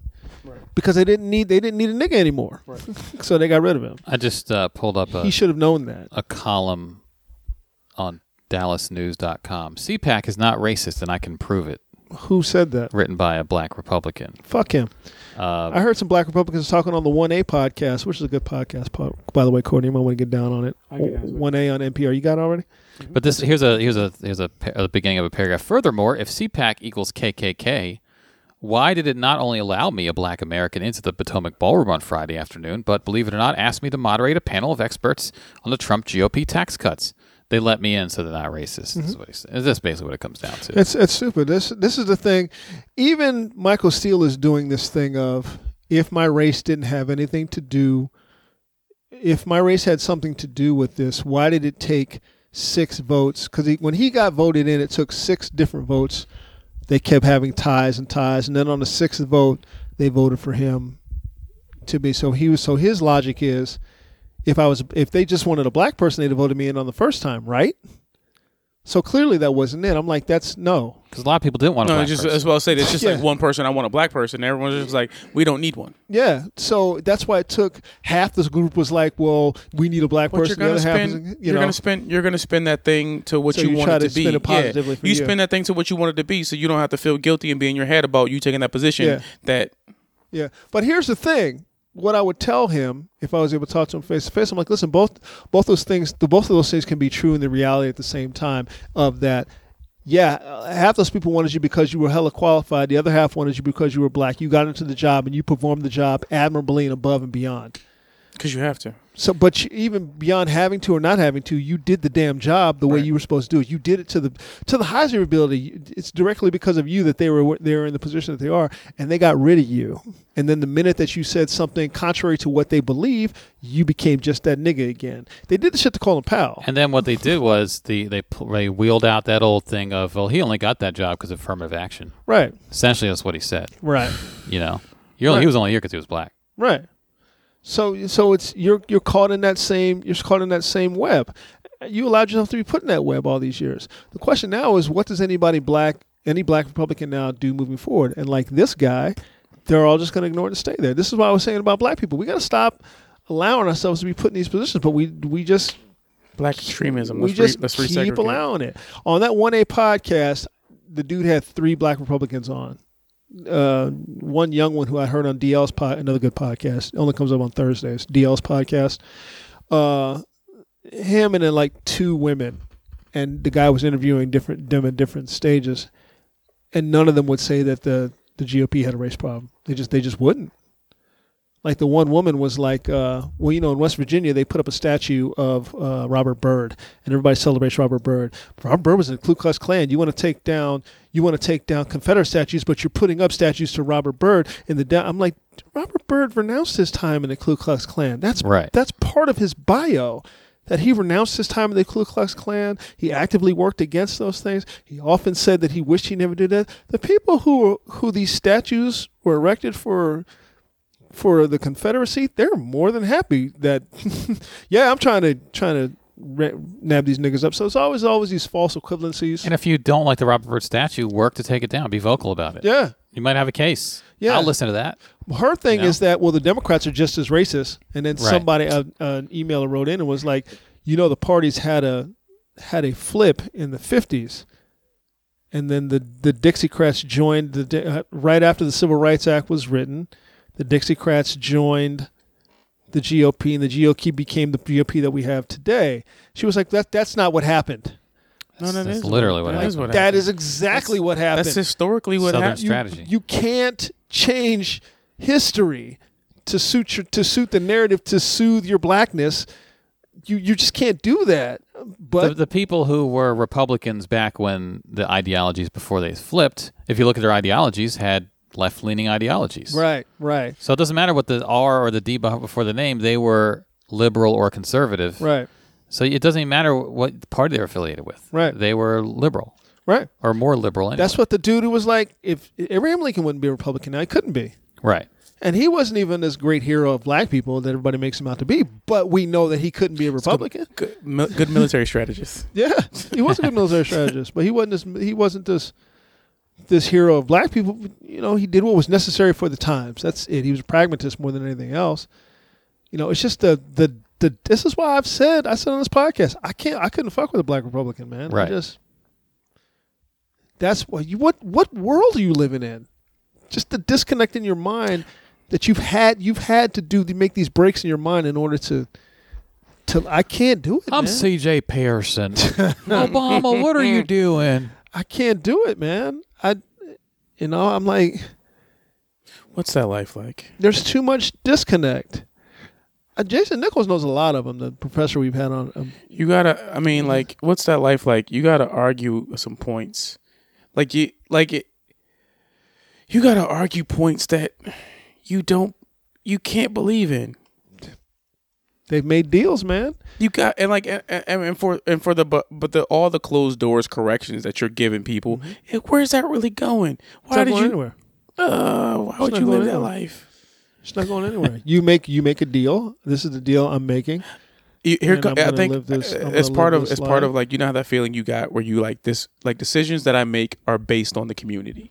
[SPEAKER 5] because they didn't need they didn't need a nigga anymore, so they got rid of him.
[SPEAKER 6] I just uh, pulled up a,
[SPEAKER 5] He should have known that.
[SPEAKER 6] a column on DallasNews.com. CPAC is not racist, and I can prove it.
[SPEAKER 5] Who said that?
[SPEAKER 6] Written by a black Republican.
[SPEAKER 5] Fuck him.
[SPEAKER 6] Uh,
[SPEAKER 5] I heard some black Republicans talking on the 1A podcast, which is a good podcast, po- by the way, Courtney. You might want to get down on it. 1A on NPR. You got it already?
[SPEAKER 6] But this here's a here's a here's a, pa- a beginning of a paragraph. Furthermore, if CPAC equals KKK, why did it not only allow me, a Black American, into the Potomac Ballroom on Friday afternoon, but believe it or not, asked me to moderate a panel of experts on the Trump GOP tax cuts? They let me in, so they're not racist.
[SPEAKER 7] Mm-hmm.
[SPEAKER 6] Is what he said. That's basically what it comes down to.
[SPEAKER 5] It's it's stupid. This this is the thing. Even Michael Steele is doing this thing of if my race didn't have anything to do, if my race had something to do with this, why did it take six votes? Because when he got voted in, it took six different votes. They kept having ties and ties, and then on the sixth vote, they voted for him to be. So he was. So his logic is, if I was, if they just wanted a black person, they'd have voted me in on the first time, right? So clearly that wasn't it. I'm like, that's no.
[SPEAKER 6] Because a lot of people didn't want to.
[SPEAKER 7] No, it's just as well say it's just
[SPEAKER 5] Yeah.
[SPEAKER 7] like one person. I want a black person. Everyone's just like, we don't need one.
[SPEAKER 5] Yeah, so that's why it took half this group was like, "Well, we need a black
[SPEAKER 7] But you're
[SPEAKER 5] person." The
[SPEAKER 7] gonna
[SPEAKER 5] other half,
[SPEAKER 7] spend.
[SPEAKER 5] is, you
[SPEAKER 7] You are
[SPEAKER 5] know,
[SPEAKER 7] gonna spend. You're gonna spend that thing to what
[SPEAKER 5] So
[SPEAKER 7] you,
[SPEAKER 5] you
[SPEAKER 7] want
[SPEAKER 5] try
[SPEAKER 7] it to,
[SPEAKER 5] to
[SPEAKER 7] be.
[SPEAKER 5] spin it positively
[SPEAKER 7] yeah.
[SPEAKER 5] for
[SPEAKER 7] you
[SPEAKER 5] you.
[SPEAKER 7] spend that thing to what you want it to be, so you don't have to feel guilty and be in your head about you taking that position.
[SPEAKER 5] Yeah.
[SPEAKER 7] That
[SPEAKER 5] yeah. But here's the thing: what I would tell him if I was able to talk to him face to face, I'm like, "Listen, both both those things, the both of those things can be true in the reality at the same time of that." Yeah, uh, half those people wanted you because you were hella qualified. The other half wanted you because you were black. You got into the job and you performed the job admirably and above and beyond.
[SPEAKER 7] because you have to.
[SPEAKER 5] So, but you, even beyond having to or not having to, you did the damn job the way you were supposed to do it. You did it to the to the highest of your ability. It's directly because of you that they were they were in the position that they are, and they got rid of you. And then the minute that you said something contrary to what they believe, you became just that nigga again. They did the shit to Colin Powell.
[SPEAKER 6] And then what they did was the they pl- they wheeled out that old thing of well, he only got that job because of affirmative action.
[SPEAKER 5] right,
[SPEAKER 6] Essentially, that's what he said.
[SPEAKER 5] right,
[SPEAKER 6] You know, You're only, he was only here because he was black.
[SPEAKER 5] right. So so it's you're you're caught in that same you're caught in that same web. You allowed yourself to be put in that web all these years. The question now is what does anybody black any black Republican now do moving forward? And like this guy, they're all just gonna ignore it and stay there. This is what I was saying about black people. We gotta stop allowing ourselves to be put in these positions, but we we just
[SPEAKER 7] Black extremism.
[SPEAKER 5] we
[SPEAKER 7] let's re-
[SPEAKER 5] just
[SPEAKER 7] let's
[SPEAKER 5] keep
[SPEAKER 7] resegregate.
[SPEAKER 5] allowing it. On that one A podcast, the dude had three black Republicans on. Uh, one young one who I heard on DL's pod, another good podcast. It only comes up on Thursdays. DL's podcast. Uh, him and then like two women, and the guy was interviewing different them at different stages, and none of them would say that the the GOP had a race problem. They just they just wouldn't like the one woman was like, uh, well, you know, in West Virginia, they put up a statue of uh, Robert Byrd, and everybody celebrates Robert Byrd. Robert Byrd was in the Ku Klux Klan. You want to take down, you want to take down Confederate statues, but you're putting up statues to Robert Byrd in the. Da- I'm like, Robert Byrd renounced his time in the Ku Klux Klan. That's
[SPEAKER 6] Right.
[SPEAKER 5] That's part of his bio. That he renounced his time in the Ku Klux Klan. He actively worked against those things. He often said that he wished he never did that. The people who who these statues were erected for for the Confederacy, they're more than happy that, yeah, I'm trying to trying to ra- nab these niggas up. So it's always always these false equivalencies.
[SPEAKER 6] And if you don't like the Robert Byrd statue, work to take it down. Be vocal about it.
[SPEAKER 5] yeah,
[SPEAKER 6] You might have a case.
[SPEAKER 5] Yeah.
[SPEAKER 6] I'll listen to that.
[SPEAKER 5] her thing
[SPEAKER 6] You know?
[SPEAKER 5] is that well, the Democrats are just as racist. And then
[SPEAKER 6] Right.
[SPEAKER 5] somebody uh, an emailer wrote in and was like, you know, the parties had a had a flip in the '50s, and then the the Dixiecrats joined the Di- uh, right after the Civil Rights Act was written. The Dixiecrats joined the GOP, and the GOP became the GOP that we have today. She was like, "That that's not what happened.
[SPEAKER 7] No, that
[SPEAKER 6] That's
[SPEAKER 7] is
[SPEAKER 6] literally what
[SPEAKER 7] that
[SPEAKER 6] happened.
[SPEAKER 7] is what
[SPEAKER 5] That
[SPEAKER 7] happened.
[SPEAKER 5] is exactly what happened.
[SPEAKER 7] That's historically what
[SPEAKER 6] Southern
[SPEAKER 7] happened.
[SPEAKER 5] You-
[SPEAKER 6] strategy.
[SPEAKER 5] You, can't change history to suit your, to suit the narrative to soothe your blackness. You you just can't do that.
[SPEAKER 6] The,
[SPEAKER 5] But
[SPEAKER 6] the people who were Republicans back when the ideologies before they flipped, if you look at their ideologies, had left leaning ideologies.
[SPEAKER 5] right, right,
[SPEAKER 6] So it doesn't matter what the R or the D beh- before the name, they were liberal or conservative.
[SPEAKER 5] right,
[SPEAKER 6] So it doesn't even matter what party they're affiliated with.
[SPEAKER 5] Right.
[SPEAKER 6] They were liberal
[SPEAKER 5] right.
[SPEAKER 6] or more liberal. Anyway.
[SPEAKER 5] That's what the dude who was like, if Abraham Lincoln wouldn't be a Republican, now he couldn't be.
[SPEAKER 6] right.
[SPEAKER 5] And he wasn't even this great hero of black people that everybody makes him out to be. But we know that he couldn't be a Republican.
[SPEAKER 7] Good, mil- good military strategist.
[SPEAKER 5] Yeah, he was a good military strategist, but he wasn't this. He wasn't this this hero of black people. You know, he did what was necessary for the times. That's it. He was a pragmatist more than anything else. You know, it's just the the the. This is why I've said I said on this podcast I can't I couldn't fuck with a black Republican man. I
[SPEAKER 6] Right.
[SPEAKER 5] just that's what you what what world are you living in? Just the disconnect in your mind that you've had you've had to do to make these breaks in your mind in order to to I can't do it.
[SPEAKER 6] I'm
[SPEAKER 5] man.
[SPEAKER 6] CJ Pearson. Obama, what are you doing?
[SPEAKER 5] I can't do it, man. I, you know, I'm like,
[SPEAKER 7] What's that life like?
[SPEAKER 5] there's too much disconnect. Uh, Jason Nichols knows a lot of them. The professor we've had on, um,
[SPEAKER 7] You gotta. I mean, like, what's that life like? You gotta argue some points, like you, like it. You gotta argue points that you don't, you can't believe in.
[SPEAKER 5] they've made deals, man.
[SPEAKER 7] You got and like and, and- and for and for the but but the all the closed doors corrections that you're giving people, eh, where's that really going? Why
[SPEAKER 5] it's not
[SPEAKER 7] did
[SPEAKER 5] going
[SPEAKER 7] you?
[SPEAKER 5] anywhere.
[SPEAKER 7] Uh, why would
[SPEAKER 5] not
[SPEAKER 7] you
[SPEAKER 5] going
[SPEAKER 7] live that
[SPEAKER 5] anywhere.
[SPEAKER 7] life?
[SPEAKER 5] It's not going anywhere. you make you make a deal. This is the deal I'm making.
[SPEAKER 7] You- Here,
[SPEAKER 5] And
[SPEAKER 7] co-
[SPEAKER 5] I'm
[SPEAKER 7] I
[SPEAKER 5] gonna
[SPEAKER 7] think uh,
[SPEAKER 5] live this- I'm
[SPEAKER 7] it's
[SPEAKER 5] gonna
[SPEAKER 7] part
[SPEAKER 5] live
[SPEAKER 7] of
[SPEAKER 5] this
[SPEAKER 7] it's part of
[SPEAKER 5] life.
[SPEAKER 7] like you know how that feeling you got where you like this like decisions that I make are based on the community.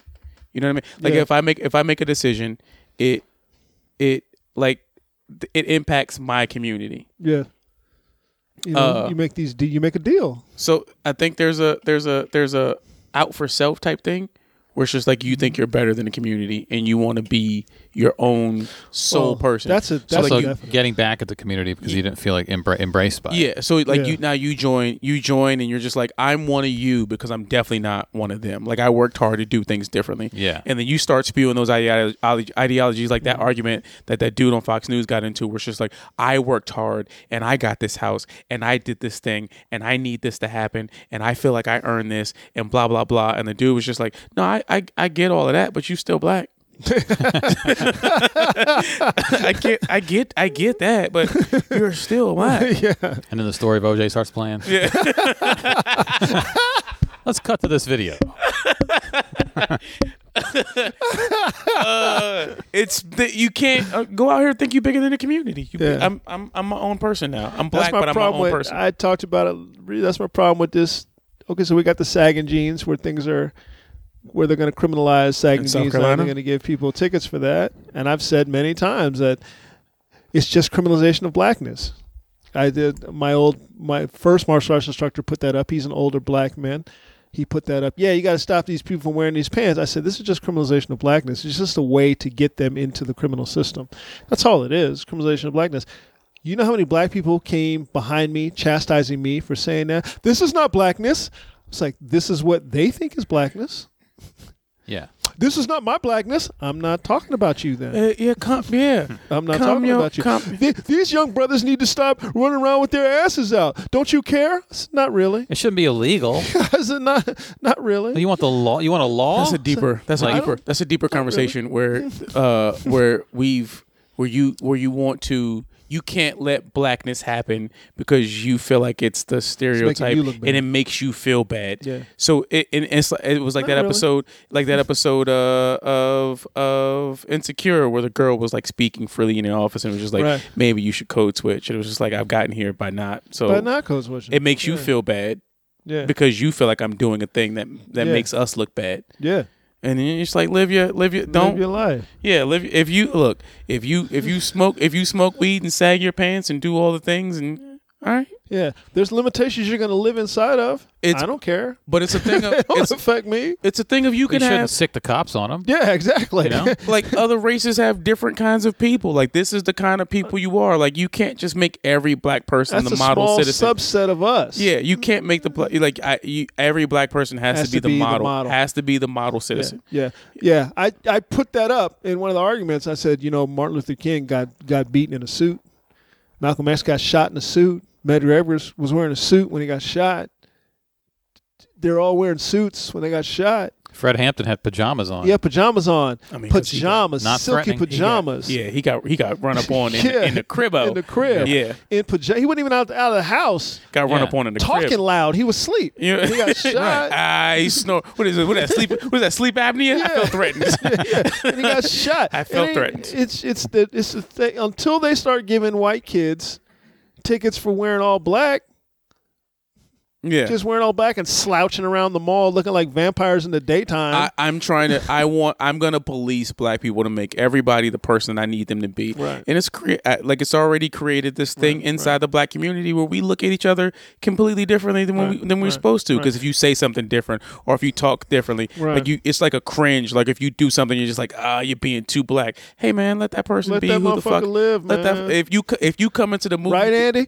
[SPEAKER 7] You know what I mean? Like
[SPEAKER 5] Yeah.
[SPEAKER 7] if I make if I make a decision, it it like th- it impacts my community.
[SPEAKER 5] Yeah. You, know,
[SPEAKER 7] Uh,
[SPEAKER 5] you make these. De- you make a deal.
[SPEAKER 7] So I think there's a there's a there's a out for self type thing where it's just like you
[SPEAKER 5] Mm-hmm.
[SPEAKER 7] think you're better than the community and you want to be your own sole
[SPEAKER 5] Well,
[SPEAKER 7] person.
[SPEAKER 5] Oh, That's a
[SPEAKER 7] so
[SPEAKER 5] that's
[SPEAKER 6] Also,
[SPEAKER 5] a
[SPEAKER 7] like
[SPEAKER 5] definite.
[SPEAKER 6] getting back at the community because you didn't feel like embra- embraced by it.
[SPEAKER 7] Yeah. So like
[SPEAKER 5] Yeah.
[SPEAKER 7] you now you join you join and you're just like I'm one of you because I'm definitely not one of them. Like I worked hard to do things differently.
[SPEAKER 6] Yeah.
[SPEAKER 7] And then you start spewing those ideolo- ide- ideologies like that argument that that dude on Fox News got into, where it's just like I worked hard and I got this house and I did this thing and I need this to happen and I feel like I earned this and blah blah blah. And the dude was just like, No, I I, I get all of that, but you still black. I get, I get, I get that, but you're still black.
[SPEAKER 6] And then the story of OJ starts playing. Yeah. Let's cut to this video.
[SPEAKER 7] it's that you can't uh, go out here and think you're bigger than the community. You,
[SPEAKER 5] Yeah.
[SPEAKER 7] I'm I'm I'm my own person now. I'm
[SPEAKER 5] That's
[SPEAKER 7] black, but I'm my
[SPEAKER 5] problem
[SPEAKER 7] own
[SPEAKER 5] with,
[SPEAKER 7] person.
[SPEAKER 5] I talked about it. re- That's my problem with this. Okay, so we got the sagging jeans where things are, where they're going to criminalize sagging
[SPEAKER 7] In South
[SPEAKER 5] jeans. now They're
[SPEAKER 7] Carolina?
[SPEAKER 5] going to give people tickets for that. And I've said many times that it's just criminalization of blackness. I did my old my first martial arts instructor put that up. He's an older black man. He put that up. Yeah, you got to stop these people from wearing these pants. I said this is just criminalization of blackness. It's just a way to get them into the criminal system. That's all it is. Criminalization of blackness. You know how many black people came behind me chastising me for saying that this is not blackness. It's like this is what they think is blackness.
[SPEAKER 6] Yeah.
[SPEAKER 5] This is not my blackness. I'm not talking about you then.
[SPEAKER 7] Uh, yeah, come, yeah.
[SPEAKER 5] I'm not
[SPEAKER 7] Come
[SPEAKER 5] talking
[SPEAKER 7] yo-
[SPEAKER 5] about you.
[SPEAKER 7] come-
[SPEAKER 5] Th- these young brothers need to stop running around with their asses out. Don't you care? I said, not really.
[SPEAKER 6] It shouldn't be illegal.
[SPEAKER 5] I said, not, not really.
[SPEAKER 6] you want the law? You want a law?
[SPEAKER 5] Oh,
[SPEAKER 7] That's a deeper. That's
[SPEAKER 6] Like-
[SPEAKER 7] a deeper. That's a deeper conversation where uh where we've where you where you want to. You can't let blackness happen because you feel like it's the stereotype
[SPEAKER 5] you look bad.
[SPEAKER 7] and it makes you feel bad.
[SPEAKER 5] Yeah.
[SPEAKER 7] So it and it's, like- it was like that
[SPEAKER 5] really.
[SPEAKER 7] episode, like that episode uh, of of Insecure, where the girl was like speaking freely in the office and was just like,
[SPEAKER 5] Right.
[SPEAKER 7] maybe you should code switch. And it was just like, I've gotten here by not. So
[SPEAKER 5] But not code switching.
[SPEAKER 7] it makes you
[SPEAKER 5] Yeah.
[SPEAKER 7] feel bad
[SPEAKER 5] yeah.
[SPEAKER 7] because you feel like I'm doing a thing that that
[SPEAKER 5] Yeah.
[SPEAKER 7] makes us look bad
[SPEAKER 5] yeah.
[SPEAKER 7] and then it's like live your live your don't
[SPEAKER 5] Live your life.
[SPEAKER 7] yeah live if you look if you if you smoke if you smoke weed and sag your pants and do all the things and all right
[SPEAKER 5] Yeah. There's limitations you're going to live inside of.
[SPEAKER 7] It's-
[SPEAKER 5] I don't care.
[SPEAKER 7] but it's a thing of
[SPEAKER 5] Don't
[SPEAKER 7] it's,
[SPEAKER 5] affect me.
[SPEAKER 7] it's a thing of you
[SPEAKER 6] you
[SPEAKER 7] can
[SPEAKER 6] shouldn't
[SPEAKER 7] have
[SPEAKER 6] sick the cops on them.
[SPEAKER 5] Yeah, exactly.
[SPEAKER 6] You know?
[SPEAKER 7] like other races have different kinds of people like this is the kind of people you are like you can't just make every black person
[SPEAKER 5] That's
[SPEAKER 7] the
[SPEAKER 5] a
[SPEAKER 7] model
[SPEAKER 5] small
[SPEAKER 7] citizen
[SPEAKER 5] subset of us.
[SPEAKER 7] yeah you can't make the bla- like I, you, every black person has, to, be, the, model. has to be the model citizen
[SPEAKER 5] Yeah, yeah. I, I put that up in one of the arguments. I said, you know, Martin Luther King got got beaten in a suit. Malcolm X got shot in a suit. Medgar Evers was wearing a suit when he got shot. They're all wearing suits when they got shot.
[SPEAKER 6] Fred Hampton had pajamas on.
[SPEAKER 5] He had pajamas on.
[SPEAKER 7] I mean, 'cause he got-
[SPEAKER 5] pajamas,
[SPEAKER 6] Not
[SPEAKER 5] silky
[SPEAKER 6] threatening. He got-
[SPEAKER 5] pajamas.
[SPEAKER 7] yeah he got he got run up on in,
[SPEAKER 5] Yeah.
[SPEAKER 7] in the crib out.
[SPEAKER 5] In the crib.
[SPEAKER 7] yeah
[SPEAKER 5] In pajamas. He wasn't even out, out of the house
[SPEAKER 7] got run
[SPEAKER 6] Yeah.
[SPEAKER 7] up on in the
[SPEAKER 5] talking
[SPEAKER 7] crib
[SPEAKER 5] loud. He was asleep.
[SPEAKER 7] You know?
[SPEAKER 5] He got shot.
[SPEAKER 7] Ah, he snore. What is it? What is that sleep? What is that sleep apnea? I feel threatened.
[SPEAKER 5] and he got shot.
[SPEAKER 7] I felt
[SPEAKER 5] It ain't-
[SPEAKER 7] threatened.
[SPEAKER 5] It's it's the it's the thing until they start giving white kids tickets for wearing all black.
[SPEAKER 7] Yeah.
[SPEAKER 5] Just wearing all black and slouching around the mall looking like vampires in the daytime.
[SPEAKER 7] I, I'm trying to. I want. I'm gonna police black people to make everybody the person I need them to be.
[SPEAKER 5] Right.
[SPEAKER 7] And it's crea- uh, like it's already created this thing inside the black community where we look at each other completely differently than we, than we're supposed to. Because if you say something different or if you talk differently,
[SPEAKER 5] Right.
[SPEAKER 7] like you, it's like a cringe. Like if you do something, you're just like, ah, you're being too black. Hey man, let that person
[SPEAKER 5] Let
[SPEAKER 7] be
[SPEAKER 5] that
[SPEAKER 7] who the fuck
[SPEAKER 5] motherfucker live,
[SPEAKER 7] Let
[SPEAKER 5] man.
[SPEAKER 7] that if you co- if you come into the movie,
[SPEAKER 5] right, Andy?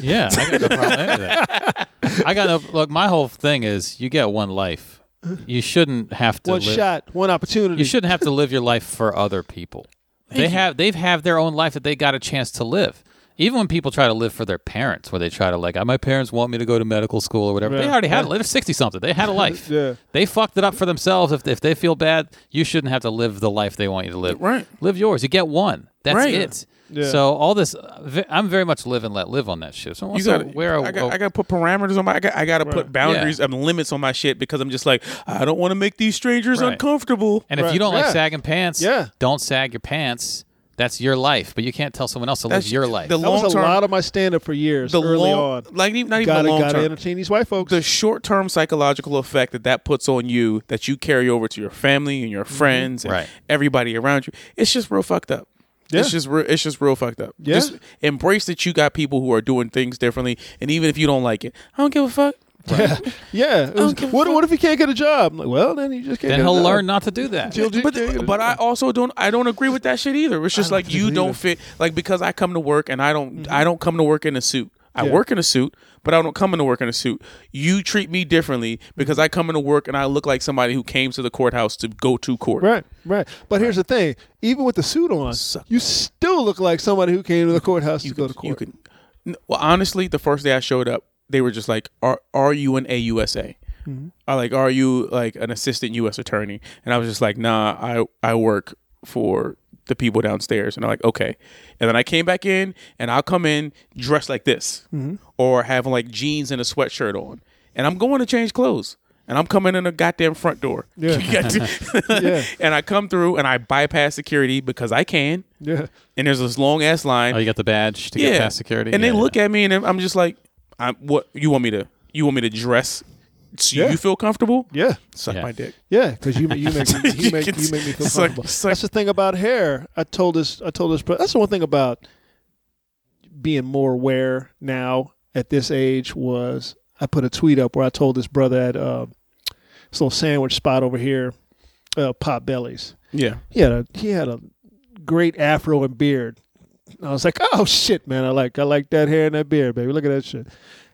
[SPEAKER 6] Yeah, I got no problem with any of that. I got no look. My whole thing is you get one life. You shouldn't have to
[SPEAKER 5] One
[SPEAKER 6] live,
[SPEAKER 5] shot, one opportunity.
[SPEAKER 6] You shouldn't have to live your life for other people. They have they've have their own life that they got a chance to live. Even when people try to live for their parents, where they try to like, "Ah, my parents want me to go to medical school or whatever. They
[SPEAKER 5] Yeah.
[SPEAKER 6] already had. They're sixty something. They had a life.
[SPEAKER 5] Yeah.
[SPEAKER 6] They fucked it up for themselves. If, if they feel bad, you shouldn't have to live the life they want you to live.
[SPEAKER 7] Right.
[SPEAKER 6] Live yours. You get one. That's
[SPEAKER 7] Right.
[SPEAKER 6] it.
[SPEAKER 5] Yeah.
[SPEAKER 6] So all this, uh, I'm very much live and let live on that shit. So
[SPEAKER 7] You
[SPEAKER 6] once
[SPEAKER 7] gotta,
[SPEAKER 6] wear a,
[SPEAKER 7] I, got, I gotta put parameters on my. I got, I gotta put boundaries and limits on my shit because I'm just like I don't want to make these strangers
[SPEAKER 6] Right.
[SPEAKER 7] uncomfortable.
[SPEAKER 6] And if you don't
[SPEAKER 5] Yeah.
[SPEAKER 6] like sagging pants,
[SPEAKER 5] Yeah.
[SPEAKER 6] don't sag your pants. That's your life, but you can't tell someone else to live your life.
[SPEAKER 7] The
[SPEAKER 5] that
[SPEAKER 7] long
[SPEAKER 5] was a
[SPEAKER 7] term,
[SPEAKER 5] lot of my stand up for years
[SPEAKER 7] the
[SPEAKER 5] early
[SPEAKER 7] long,
[SPEAKER 5] on.
[SPEAKER 7] like even- not even
[SPEAKER 5] gotta
[SPEAKER 7] the long
[SPEAKER 5] gotta
[SPEAKER 7] term.
[SPEAKER 5] entertain these white folks.
[SPEAKER 7] The short term psychological effect that that puts on you that you carry over to your family and your friends and
[SPEAKER 6] Right.
[SPEAKER 7] everybody around you, it's just real fucked up.
[SPEAKER 5] Yeah.
[SPEAKER 7] It's just real, it's just real fucked up.
[SPEAKER 5] Yeah.
[SPEAKER 7] Just embrace that you got people who are doing things differently, and even if you don't like it, I don't give a fuck.
[SPEAKER 5] yeah. it was-
[SPEAKER 7] give a
[SPEAKER 5] what,
[SPEAKER 7] fuck.
[SPEAKER 5] what if he can't get a job? I'm like, well, then he just can't.
[SPEAKER 6] then
[SPEAKER 5] get a
[SPEAKER 6] he'll
[SPEAKER 5] job.
[SPEAKER 6] learn not to do that.
[SPEAKER 5] He'll just can't get a
[SPEAKER 7] But but I also don't I don't agree with that shit either. It's just like you
[SPEAKER 5] either.
[SPEAKER 7] don't fit like because I come to work and I don't I don't come to work in a suit. I work in a suit, but I don't come into work in a suit. You treat me differently because I come into work and I look like somebody who came to the courthouse to go to court.
[SPEAKER 5] Right, right. But here's the thing: even with the suit on, you still look like somebody who came to the courthouse to go to
[SPEAKER 7] You
[SPEAKER 5] court.
[SPEAKER 7] could, n- well, honestly, the first day I showed up, they were just like, "Are are you an AUSA?
[SPEAKER 5] Mm-hmm.
[SPEAKER 7] Or like, are you like an assistant U.S. attorney?" And I was just like, "Nah, I I work for the people downstairs." And I'm like, "Okay." And then I came back in, and I'll come in dressed like this,
[SPEAKER 5] Mm-hmm.
[SPEAKER 7] or having like jeans and a sweatshirt on, and I'm going to change clothes. And I'm coming in a goddamn front door.
[SPEAKER 5] Yeah.
[SPEAKER 7] and I come through and I bypass security because I can.
[SPEAKER 5] yeah,
[SPEAKER 7] And there's this long ass line
[SPEAKER 6] Oh, you got the badge to get past security,
[SPEAKER 7] and
[SPEAKER 6] Yeah,
[SPEAKER 7] they look
[SPEAKER 6] yeah.
[SPEAKER 7] at me, and I'm just like, I'm, "What you want me to? You want me to dress so
[SPEAKER 5] Yeah.
[SPEAKER 7] you feel comfortable?
[SPEAKER 5] yeah,
[SPEAKER 7] suck
[SPEAKER 6] Yeah.
[SPEAKER 7] my dick."
[SPEAKER 5] yeah. Because you you make you make, you
[SPEAKER 7] You
[SPEAKER 5] make,
[SPEAKER 7] can-
[SPEAKER 5] you make me feel
[SPEAKER 7] it's like-
[SPEAKER 5] comfortable.
[SPEAKER 7] it's like-
[SPEAKER 5] that's the thing about hair. I told this. I told this. But that's the one thing about being more aware now at this age was I put a tweet up where I told this brother at uh, this little sandwich spot over here, uh, Pop Bellies.
[SPEAKER 7] Yeah,
[SPEAKER 5] he had a he had a great afro and beard. And I was like, oh shit, man, I like I like that hair and that beard, baby. Look at that shit.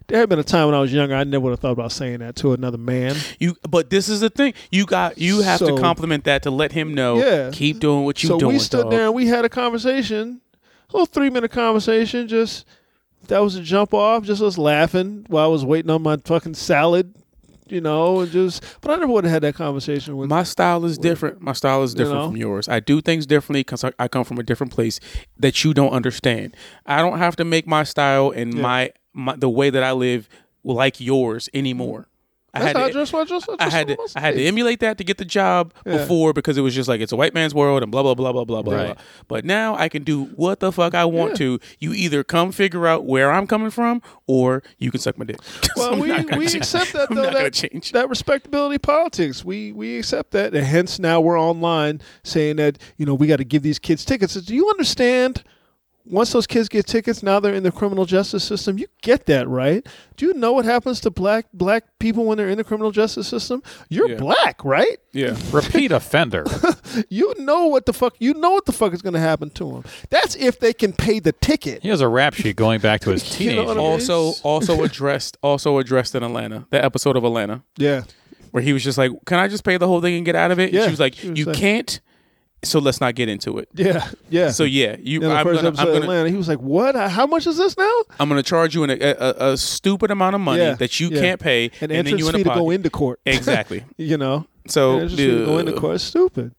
[SPEAKER 5] There had been a time when I was younger, I never would have thought about saying that to another man.
[SPEAKER 7] you. But this is the thing. You got. You have
[SPEAKER 5] So-
[SPEAKER 7] to compliment that to let him know.
[SPEAKER 5] Yeah.
[SPEAKER 7] keep doing what you
[SPEAKER 5] so
[SPEAKER 7] doing.
[SPEAKER 5] we stood
[SPEAKER 7] dog.
[SPEAKER 5] there and we had a conversation, a little three minute conversation. Just that was a jump off. Just us laughing while I was waiting on my fucking salad, you know, and just. But I never would have had that conversation with.
[SPEAKER 7] My style is different. My style is different
[SPEAKER 5] know?
[SPEAKER 7] from yours. I do things differently because I, I come from a different place that you don't understand. I don't have to make my style and my, my the way that I live like yours anymore. I
[SPEAKER 5] That's
[SPEAKER 7] had
[SPEAKER 5] how I
[SPEAKER 7] to-
[SPEAKER 5] dress, I dress, I
[SPEAKER 7] I
[SPEAKER 5] dress
[SPEAKER 7] had to,
[SPEAKER 5] almost
[SPEAKER 7] I had to
[SPEAKER 5] like-
[SPEAKER 7] emulate that to get the job before because it was just like it's a white man's world and blah blah blah blah blah blah.
[SPEAKER 6] Right.
[SPEAKER 7] blah. But now I can do what the fuck I want to. You either come figure out where I'm coming from or you can suck my dick. 'Cause
[SPEAKER 5] Well,
[SPEAKER 7] I'm
[SPEAKER 5] we,
[SPEAKER 7] not gonna
[SPEAKER 5] we
[SPEAKER 7] change.
[SPEAKER 5] accept that
[SPEAKER 7] I'm
[SPEAKER 5] though.
[SPEAKER 7] not gonna
[SPEAKER 5] That,
[SPEAKER 7] change.
[SPEAKER 5] that respectability politics. We we accept that, and hence now we're online saying that you know we got to give these kids tickets. Do you understand? Once those kids get tickets, now they're in the criminal justice system. You get that, right? Do you know what happens to black black people when they're in the criminal justice system? You're black, right?
[SPEAKER 7] yeah.
[SPEAKER 6] repeat offender.
[SPEAKER 5] You know what the fuck. You know what the fuck is going to happen to them. That's if they can pay the ticket.
[SPEAKER 6] He has a rap sheet going back to his
[SPEAKER 5] You
[SPEAKER 6] teenage.
[SPEAKER 5] know what I mean?
[SPEAKER 7] Also also addressed also addressed in Atlanta. That episode of Atlanta
[SPEAKER 5] Yeah,
[SPEAKER 7] where he was just like, "Can I just pay the whole thing and get out of it?" And
[SPEAKER 5] Yeah,
[SPEAKER 7] she was like,
[SPEAKER 5] she was
[SPEAKER 7] "You
[SPEAKER 5] like-
[SPEAKER 7] can't." So let's not get into it.
[SPEAKER 5] yeah, yeah.
[SPEAKER 7] So yeah, you.
[SPEAKER 5] in the
[SPEAKER 7] I'm
[SPEAKER 5] 1st
[SPEAKER 7] gonna,
[SPEAKER 5] episode
[SPEAKER 7] I'm
[SPEAKER 5] of
[SPEAKER 7] gonna,
[SPEAKER 5] Atlanta, he was like, "What? How much is this now?"
[SPEAKER 7] I'm going to charge you an, a, a, a stupid amount of money
[SPEAKER 5] Yeah,
[SPEAKER 7] that you
[SPEAKER 5] yeah.
[SPEAKER 7] can't pay,
[SPEAKER 5] an
[SPEAKER 7] and then
[SPEAKER 5] entrance
[SPEAKER 7] you in
[SPEAKER 5] fee
[SPEAKER 7] a
[SPEAKER 5] to go
[SPEAKER 7] pocket.
[SPEAKER 5] into court.
[SPEAKER 7] Exactly.
[SPEAKER 5] you know,
[SPEAKER 7] So uh,
[SPEAKER 5] an entrance fee to go into
[SPEAKER 7] duh.
[SPEAKER 5] court is stupid,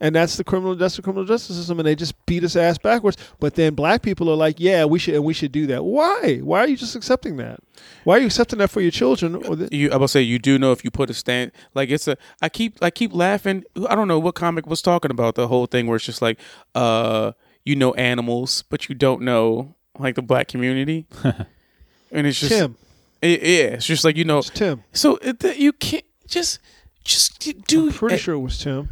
[SPEAKER 5] and that's the criminal. That's the criminal justice system, and they just beat us ass backwards. But then black people are like, yeah, we should and we should do that. Why? Why are you just accepting that? Why are you accepting that for your children? Or the,
[SPEAKER 7] you, I will say you do know if you put a stand like it's a. I keep I keep laughing. I don't know what comic was talking about the whole thing where it's just like, uh, you know animals, but you don't know like the black community, and it's just
[SPEAKER 5] Tim.
[SPEAKER 7] It- yeah, it's just like you know.
[SPEAKER 5] Tim.
[SPEAKER 7] So it, th- you can't just just do.
[SPEAKER 5] Pretty
[SPEAKER 7] it.
[SPEAKER 5] sure it was Tim.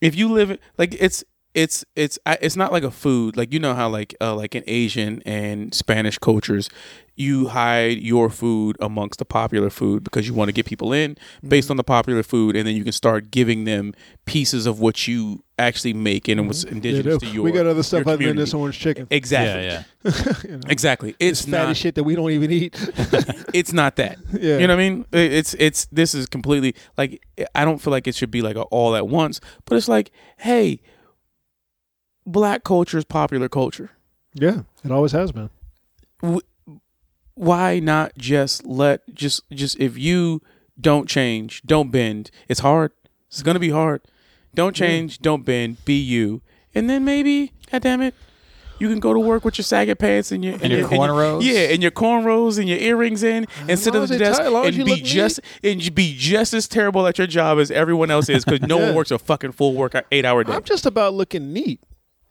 [SPEAKER 7] if you live in- like it's it's it's I- it's not like a food like you know how like uh, like in Asian and Spanish cultures you hide your food amongst the popular food because you want to get people in
[SPEAKER 5] Mm-hmm.
[SPEAKER 7] based on the popular food and then you can start giving them pieces of what you actually make and what's
[SPEAKER 5] Mm-hmm. Yeah,
[SPEAKER 7] indigenous to
[SPEAKER 5] dude,
[SPEAKER 7] your
[SPEAKER 5] we got other stuff
[SPEAKER 7] your
[SPEAKER 5] other than this
[SPEAKER 7] community.
[SPEAKER 5] orange chicken.
[SPEAKER 6] Yeah,
[SPEAKER 7] exactly
[SPEAKER 6] yeah.
[SPEAKER 7] exactly it's,
[SPEAKER 5] Fatty
[SPEAKER 7] not
[SPEAKER 5] shit that we don't even eat.
[SPEAKER 7] it's not that.
[SPEAKER 5] Yeah.
[SPEAKER 7] You know what I mean? It- It's it's this is completely like I don't feel like it should be like a all at once, but it's like, hey, black culture is popular culture.
[SPEAKER 5] yeah, it always has been.
[SPEAKER 7] Why not just let just just if you don't change, don't bend. It's hard. It's gonna be hard. Don't change, don't bend. Be you, and then maybe, god damn it, you can go to work with your saggy pants and your and,
[SPEAKER 6] your cornrows.
[SPEAKER 7] yeah, and your cornrows and your earrings in, and sit
[SPEAKER 5] long as
[SPEAKER 7] at the
[SPEAKER 5] they
[SPEAKER 7] desk
[SPEAKER 5] tight, as long as
[SPEAKER 7] and
[SPEAKER 5] you
[SPEAKER 7] be
[SPEAKER 5] look neat.
[SPEAKER 7] just and you be just as terrible at your job as everyone else is because no one works a fucking full work eight hour day.
[SPEAKER 5] I'm just about looking neat.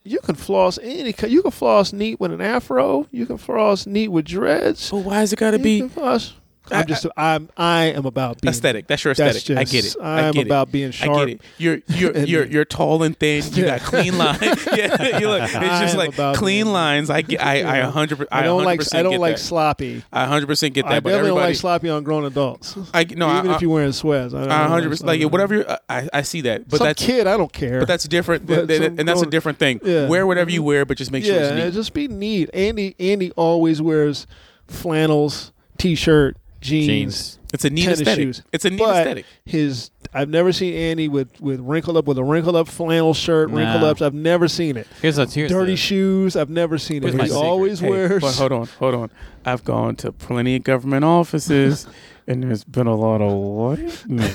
[SPEAKER 5] You can floss any. co- You can floss neat with an afro. You can floss neat with dreads.
[SPEAKER 7] But why has it got to
[SPEAKER 5] You
[SPEAKER 7] Oh, be
[SPEAKER 5] can floss- I'm just. I'm. I am about being
[SPEAKER 7] aesthetic? That's your
[SPEAKER 5] That's
[SPEAKER 7] aesthetic. I
[SPEAKER 5] just-
[SPEAKER 7] get it. I
[SPEAKER 5] I'm
[SPEAKER 7] get it.
[SPEAKER 5] about being
[SPEAKER 7] I
[SPEAKER 5] sharp.
[SPEAKER 7] get it. You're you're
[SPEAKER 5] And-
[SPEAKER 7] you're you're tall and thin. You
[SPEAKER 5] Yeah.
[SPEAKER 7] got clean lines. yeah, you look, it's just
[SPEAKER 5] I'm
[SPEAKER 7] like
[SPEAKER 5] about
[SPEAKER 7] clean
[SPEAKER 5] being-
[SPEAKER 7] lines. I get. I I a hundred. per-
[SPEAKER 5] I don't like.
[SPEAKER 7] 100%
[SPEAKER 5] I don't
[SPEAKER 7] get
[SPEAKER 5] like
[SPEAKER 7] that.
[SPEAKER 5] sloppy.
[SPEAKER 7] I hundred percent get that.
[SPEAKER 5] I
[SPEAKER 7] but
[SPEAKER 5] definitely don't
[SPEAKER 7] everybody,
[SPEAKER 5] like sloppy on grown adults.
[SPEAKER 7] I no.
[SPEAKER 5] Even
[SPEAKER 7] I,
[SPEAKER 5] if you're wearing sweats, I don't
[SPEAKER 7] I
[SPEAKER 5] know.
[SPEAKER 7] hundred percent like
[SPEAKER 5] Some-
[SPEAKER 7] whatever. You're, I I see that. But
[SPEAKER 5] Some
[SPEAKER 7] that's
[SPEAKER 5] kid, I don't care.
[SPEAKER 7] But that's different,
[SPEAKER 5] But
[SPEAKER 7] th- th-
[SPEAKER 5] some
[SPEAKER 7] and that's a
[SPEAKER 5] grown-
[SPEAKER 7] different thing.
[SPEAKER 5] Yeah.
[SPEAKER 7] Wear whatever you wear, but just make sure
[SPEAKER 5] yeah,
[SPEAKER 7] it's neat.
[SPEAKER 5] just be neat. Andy Andy always wears flannels, t-shirt, jeans,
[SPEAKER 6] Jeans.
[SPEAKER 7] It's a neat
[SPEAKER 5] tennis
[SPEAKER 7] aesthetic.
[SPEAKER 5] shoes.
[SPEAKER 7] It's a neat
[SPEAKER 5] But
[SPEAKER 7] aesthetic.
[SPEAKER 5] His I've never seen Andy with with wrinkled up with a wrinkled up flannel shirt, wrinkled
[SPEAKER 6] Nah.
[SPEAKER 5] ups. I've never seen it.
[SPEAKER 6] Here's a here's
[SPEAKER 5] Dirty
[SPEAKER 6] the-
[SPEAKER 5] shoes. I've never seen it.
[SPEAKER 6] Here's my
[SPEAKER 5] He
[SPEAKER 6] secret.
[SPEAKER 5] always
[SPEAKER 7] Hey,
[SPEAKER 5] wears.
[SPEAKER 7] But hold on, hold on. I've gone to plenty of government offices, and there's been a lot of white men.